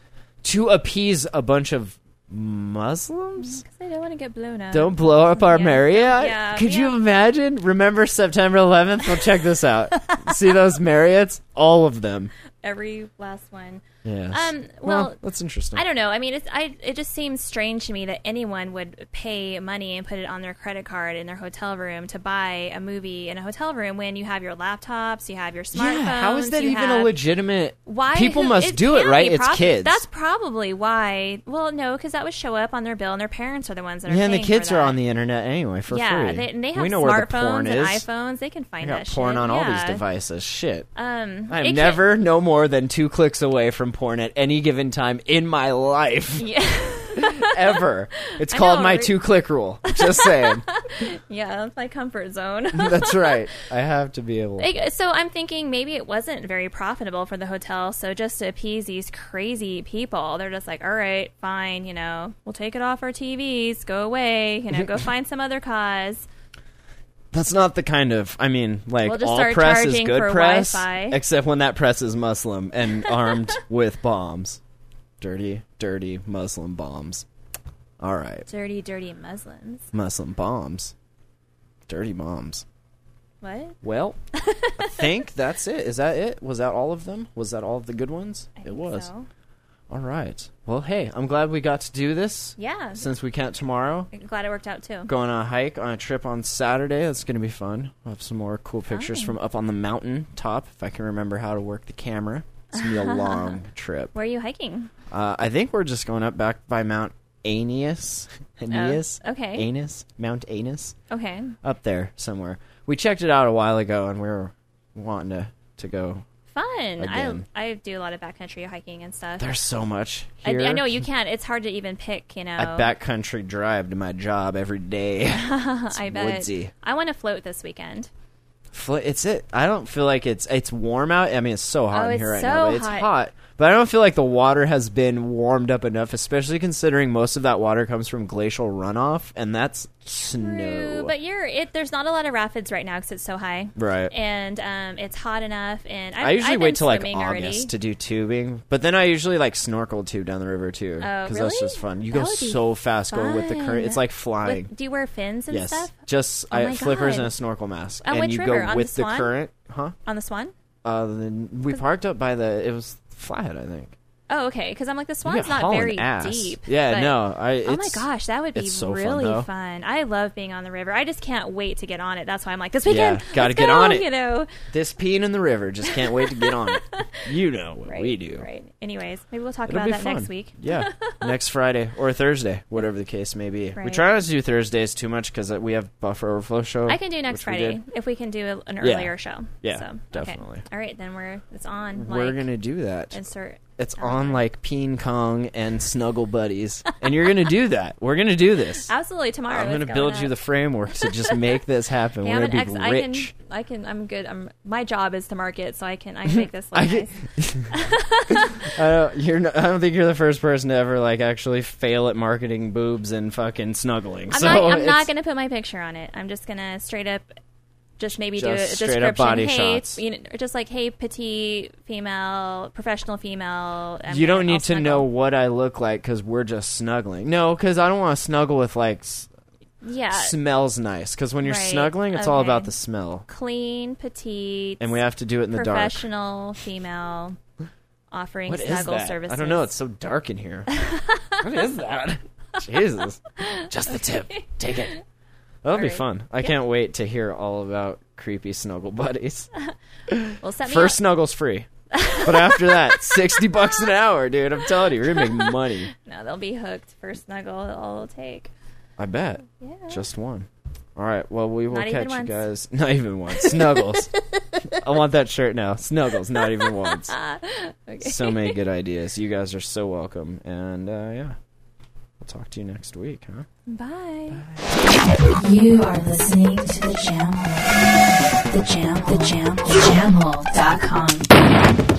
Speaker 1: to appease a bunch of Muslims.
Speaker 2: They don't want to get blown up.
Speaker 1: Don't blow up our
Speaker 2: Mm, uh, Yeah.
Speaker 1: Marriott.
Speaker 2: Yeah,
Speaker 1: Could
Speaker 2: we
Speaker 1: you
Speaker 2: have-
Speaker 1: imagine? Remember September 11th? We'll check this out. See those Marriotts? all of them.
Speaker 2: Every last one.
Speaker 1: Yes.
Speaker 2: Um, well,
Speaker 1: that's interesting.
Speaker 2: I don't know. I mean, it's, I, it just seems strange to me that anyone would pay money and put it on their credit card in their hotel room to buy a movie in a hotel room when you have your laptops, you have your smartphones.
Speaker 1: Yeah, how is that
Speaker 2: you
Speaker 1: even a
Speaker 2: have-
Speaker 1: legitimate?
Speaker 2: Why
Speaker 1: people
Speaker 2: who-
Speaker 1: must do it,
Speaker 2: can't
Speaker 1: right?
Speaker 2: be
Speaker 1: It's
Speaker 2: prob-
Speaker 1: kids.
Speaker 2: That's probably why. Well, no, because that would show up on their bill, and their parents are the ones that are.
Speaker 1: yeah, and the
Speaker 2: paying for
Speaker 1: kids are
Speaker 2: that.
Speaker 1: on the internet anyway for
Speaker 2: yeah,
Speaker 1: free.
Speaker 2: They, and they have
Speaker 1: we know where the
Speaker 2: smartphones
Speaker 1: porn
Speaker 2: and
Speaker 1: is.
Speaker 2: iPhones. They can
Speaker 1: I
Speaker 2: find
Speaker 1: got
Speaker 2: that
Speaker 1: porn
Speaker 2: shit.
Speaker 1: on all these
Speaker 2: yeah.
Speaker 1: devices. Shit.
Speaker 2: Um, it
Speaker 1: I'm
Speaker 2: can-
Speaker 1: never no more than two clicks away from porn at any given time in my life
Speaker 2: Yeah,
Speaker 1: ever. It's
Speaker 2: I
Speaker 1: called
Speaker 2: know,
Speaker 1: my
Speaker 2: right?
Speaker 1: two click rule. Just saying.
Speaker 2: yeah, that's my comfort zone.
Speaker 1: That's right. I have to be able.
Speaker 2: Like, So I'm thinking maybe it wasn't very profitable for the hotel. So just to appease these crazy people, they're just like, all right, fine, you know, we'll take it off our TVs, go away, you know, go find some other cause.
Speaker 1: That's not the kind of. I mean, like
Speaker 2: We'll just
Speaker 1: all
Speaker 2: start
Speaker 1: press is
Speaker 2: charging
Speaker 1: good
Speaker 2: for
Speaker 1: press,
Speaker 2: Wi-Fi.
Speaker 1: except when that press is Muslim and armed with bombs, dirty, dirty Muslim bombs. All right,
Speaker 2: Dirty, dirty Muslims.
Speaker 1: Muslim bombs, dirty bombs.
Speaker 2: What?
Speaker 1: Well, I think that's it. Is that it? Was that all of them? Was that all of the good ones?
Speaker 2: I
Speaker 1: it
Speaker 2: think
Speaker 1: was.
Speaker 2: so.
Speaker 1: All right. Well, hey, I'm glad we got to do this.
Speaker 2: Yeah.
Speaker 1: Since we can't tomorrow,
Speaker 2: I'm glad it worked out too.
Speaker 1: go on a hike on a trip on Saturday. That's going to be fun. We'll have some more cool pictures from up on the mountain top if I can remember how to work the camera. It's going to be a long trip.
Speaker 2: Where are you hiking?
Speaker 1: Uh, I think we're just going up back by Mount Aeneas. Aeneas?
Speaker 2: Oh, okay.
Speaker 1: Aeneas? Mount Aeneas?
Speaker 2: Okay.
Speaker 1: Up there somewhere. We checked it out a while ago and we were wanting to, to go.
Speaker 2: Fun. I,
Speaker 1: Again.
Speaker 2: I do a lot of backcountry hiking and stuff.
Speaker 1: There's so much
Speaker 2: I,
Speaker 1: here.
Speaker 2: I know you can't. It's hard to even pick, you know.
Speaker 1: I backcountry drive to my job every day.
Speaker 2: I bet.
Speaker 1: woodsy.
Speaker 2: I want to float this weekend.
Speaker 1: Fl- It's it. I don't feel like it's it's warm out. I mean, it's so hot
Speaker 2: Oh,
Speaker 1: in
Speaker 2: it's
Speaker 1: here right
Speaker 2: so
Speaker 1: now. But it's
Speaker 2: hot.
Speaker 1: hot, but I don't feel like the water has been warmed up enough, especially considering most of that water comes from glacial runoff, and that's snow.
Speaker 2: True, but you're it. There's not a lot of rapids right now because it's so high,
Speaker 1: Right.
Speaker 2: And um, it's hot enough. And I've,
Speaker 1: I usually
Speaker 2: I've been
Speaker 1: wait till like
Speaker 2: swimming
Speaker 1: August
Speaker 2: already.
Speaker 1: to do tubing, but then I usually like snorkel too down the river too
Speaker 2: Oh,
Speaker 1: that's
Speaker 2: really?
Speaker 1: just fun. You
Speaker 2: That
Speaker 1: go
Speaker 2: would be
Speaker 1: so fast going with the current.
Speaker 2: fun.
Speaker 1: It's like flying.
Speaker 2: With, do you wear fins and
Speaker 1: yes,
Speaker 2: stuff
Speaker 1: just
Speaker 2: Oh
Speaker 1: I,
Speaker 2: my
Speaker 1: flippers
Speaker 2: God.
Speaker 1: and a snorkel mask,
Speaker 2: On
Speaker 1: and
Speaker 2: which
Speaker 1: you
Speaker 2: river?
Speaker 1: go
Speaker 2: On the
Speaker 1: with the
Speaker 2: Swan?
Speaker 1: current, huh?
Speaker 2: on the Swan?
Speaker 1: Uh, then we parked up by the. It was Flathead, I think.
Speaker 2: Oh, okay. Because I'm like the
Speaker 1: You
Speaker 2: Swan's
Speaker 1: get
Speaker 2: not
Speaker 1: hauling
Speaker 2: very
Speaker 1: ass.
Speaker 2: deep.
Speaker 1: Yeah,
Speaker 2: but-
Speaker 1: no. I,
Speaker 2: Oh my
Speaker 1: it's-
Speaker 2: gosh, that would be
Speaker 1: it's so fun,
Speaker 2: really
Speaker 1: though.
Speaker 2: fun, I love being on the river. I just can't wait to get on it. That's why I'm like this weekend.
Speaker 1: gotta
Speaker 2: let's
Speaker 1: get
Speaker 2: go,
Speaker 1: on it.
Speaker 2: You know,
Speaker 1: This peeing in the river just can't wait to get on it. You know what
Speaker 2: right,
Speaker 1: we do.
Speaker 2: Right. Anyways, maybe we'll talk
Speaker 1: It'll
Speaker 2: about
Speaker 1: be
Speaker 2: that
Speaker 1: fun.
Speaker 2: next week.
Speaker 1: yeah, next Friday or Thursday, whatever the case may be. We
Speaker 2: Right.
Speaker 1: try not to do Thursdays too much because we have buffer overflow show.
Speaker 2: I can do next
Speaker 1: which we did.
Speaker 2: Friday if we can do a- an earlier show.
Speaker 1: Yeah,
Speaker 2: so, okay.
Speaker 1: definitely.
Speaker 2: All right, then we're it's on.
Speaker 1: We're
Speaker 2: like,
Speaker 1: gonna do that.
Speaker 2: insert.
Speaker 1: it's on like Peen Kong and Snuggle Buddies, and you're gonna do that. We're gonna do this.
Speaker 2: Absolutely tomorrow.
Speaker 1: I'm
Speaker 2: it's
Speaker 1: gonna build
Speaker 2: going
Speaker 1: you the
Speaker 2: up.
Speaker 1: framework to just make this happen.
Speaker 2: Hey,
Speaker 1: We're
Speaker 2: I'm
Speaker 1: gonna
Speaker 2: an
Speaker 1: be
Speaker 2: ex-
Speaker 1: rich.
Speaker 2: I can. I can. I'm good. I'm. My job is to market, so I can. I can make this look
Speaker 1: I get-
Speaker 2: nice.
Speaker 1: I don't. You're. Not, I don't think you're the first person to ever like actually fail at marketing boobs and fucking snuggling.
Speaker 2: I'm
Speaker 1: so
Speaker 2: not. I'm
Speaker 1: it's-
Speaker 2: not gonna put my picture on it. I'm just gonna straight up. Just maybe do a
Speaker 1: Just straight
Speaker 2: description.
Speaker 1: up body
Speaker 2: hey,
Speaker 1: shots.
Speaker 2: You know, just like hey, petite female, professional female. I'm
Speaker 1: You
Speaker 2: gonna-
Speaker 1: don't
Speaker 2: I'll
Speaker 1: need to
Speaker 2: snuggle.
Speaker 1: know what I look like because we're just snuggling. No, because I don't want to snuggle with like s-
Speaker 2: Yeah,
Speaker 1: smells nice. Because when you're
Speaker 2: Uh, right,
Speaker 1: snuggling, it's all
Speaker 2: okay.
Speaker 1: about the smell,
Speaker 2: clean, petite,
Speaker 1: and we have to do it in the dark.
Speaker 2: professional female offering
Speaker 1: What is
Speaker 2: snuggle
Speaker 1: that?
Speaker 2: services.
Speaker 1: I don't know. It's so dark in here. what is that? Jesus, just the tip. Take it. That'll be
Speaker 2: right.
Speaker 1: fun. I can't wait to hear all about creepy snuggle buddies.
Speaker 2: well, set me
Speaker 1: First
Speaker 2: up.
Speaker 1: snuggles free. But after that, 60 bucks an hour, dude. I'm telling you, we're going to make money.
Speaker 2: No, they'll be hooked. First snuggle, all it'll take.
Speaker 1: I bet.
Speaker 2: Yeah.
Speaker 1: Just one. All right. Well, we will
Speaker 2: Not even
Speaker 1: catch you
Speaker 2: once.
Speaker 1: guys. Not even once. Snuggles. I want that shirt now. Snuggles, not even once.
Speaker 2: Okay.
Speaker 1: So many good ideas. You guys are so welcome. And uh, yeah, we'll talk to you next week, huh?
Speaker 2: Bye.
Speaker 4: You are listening to the Jam Hole. The Jam, the Jam, the Jam Hole.com.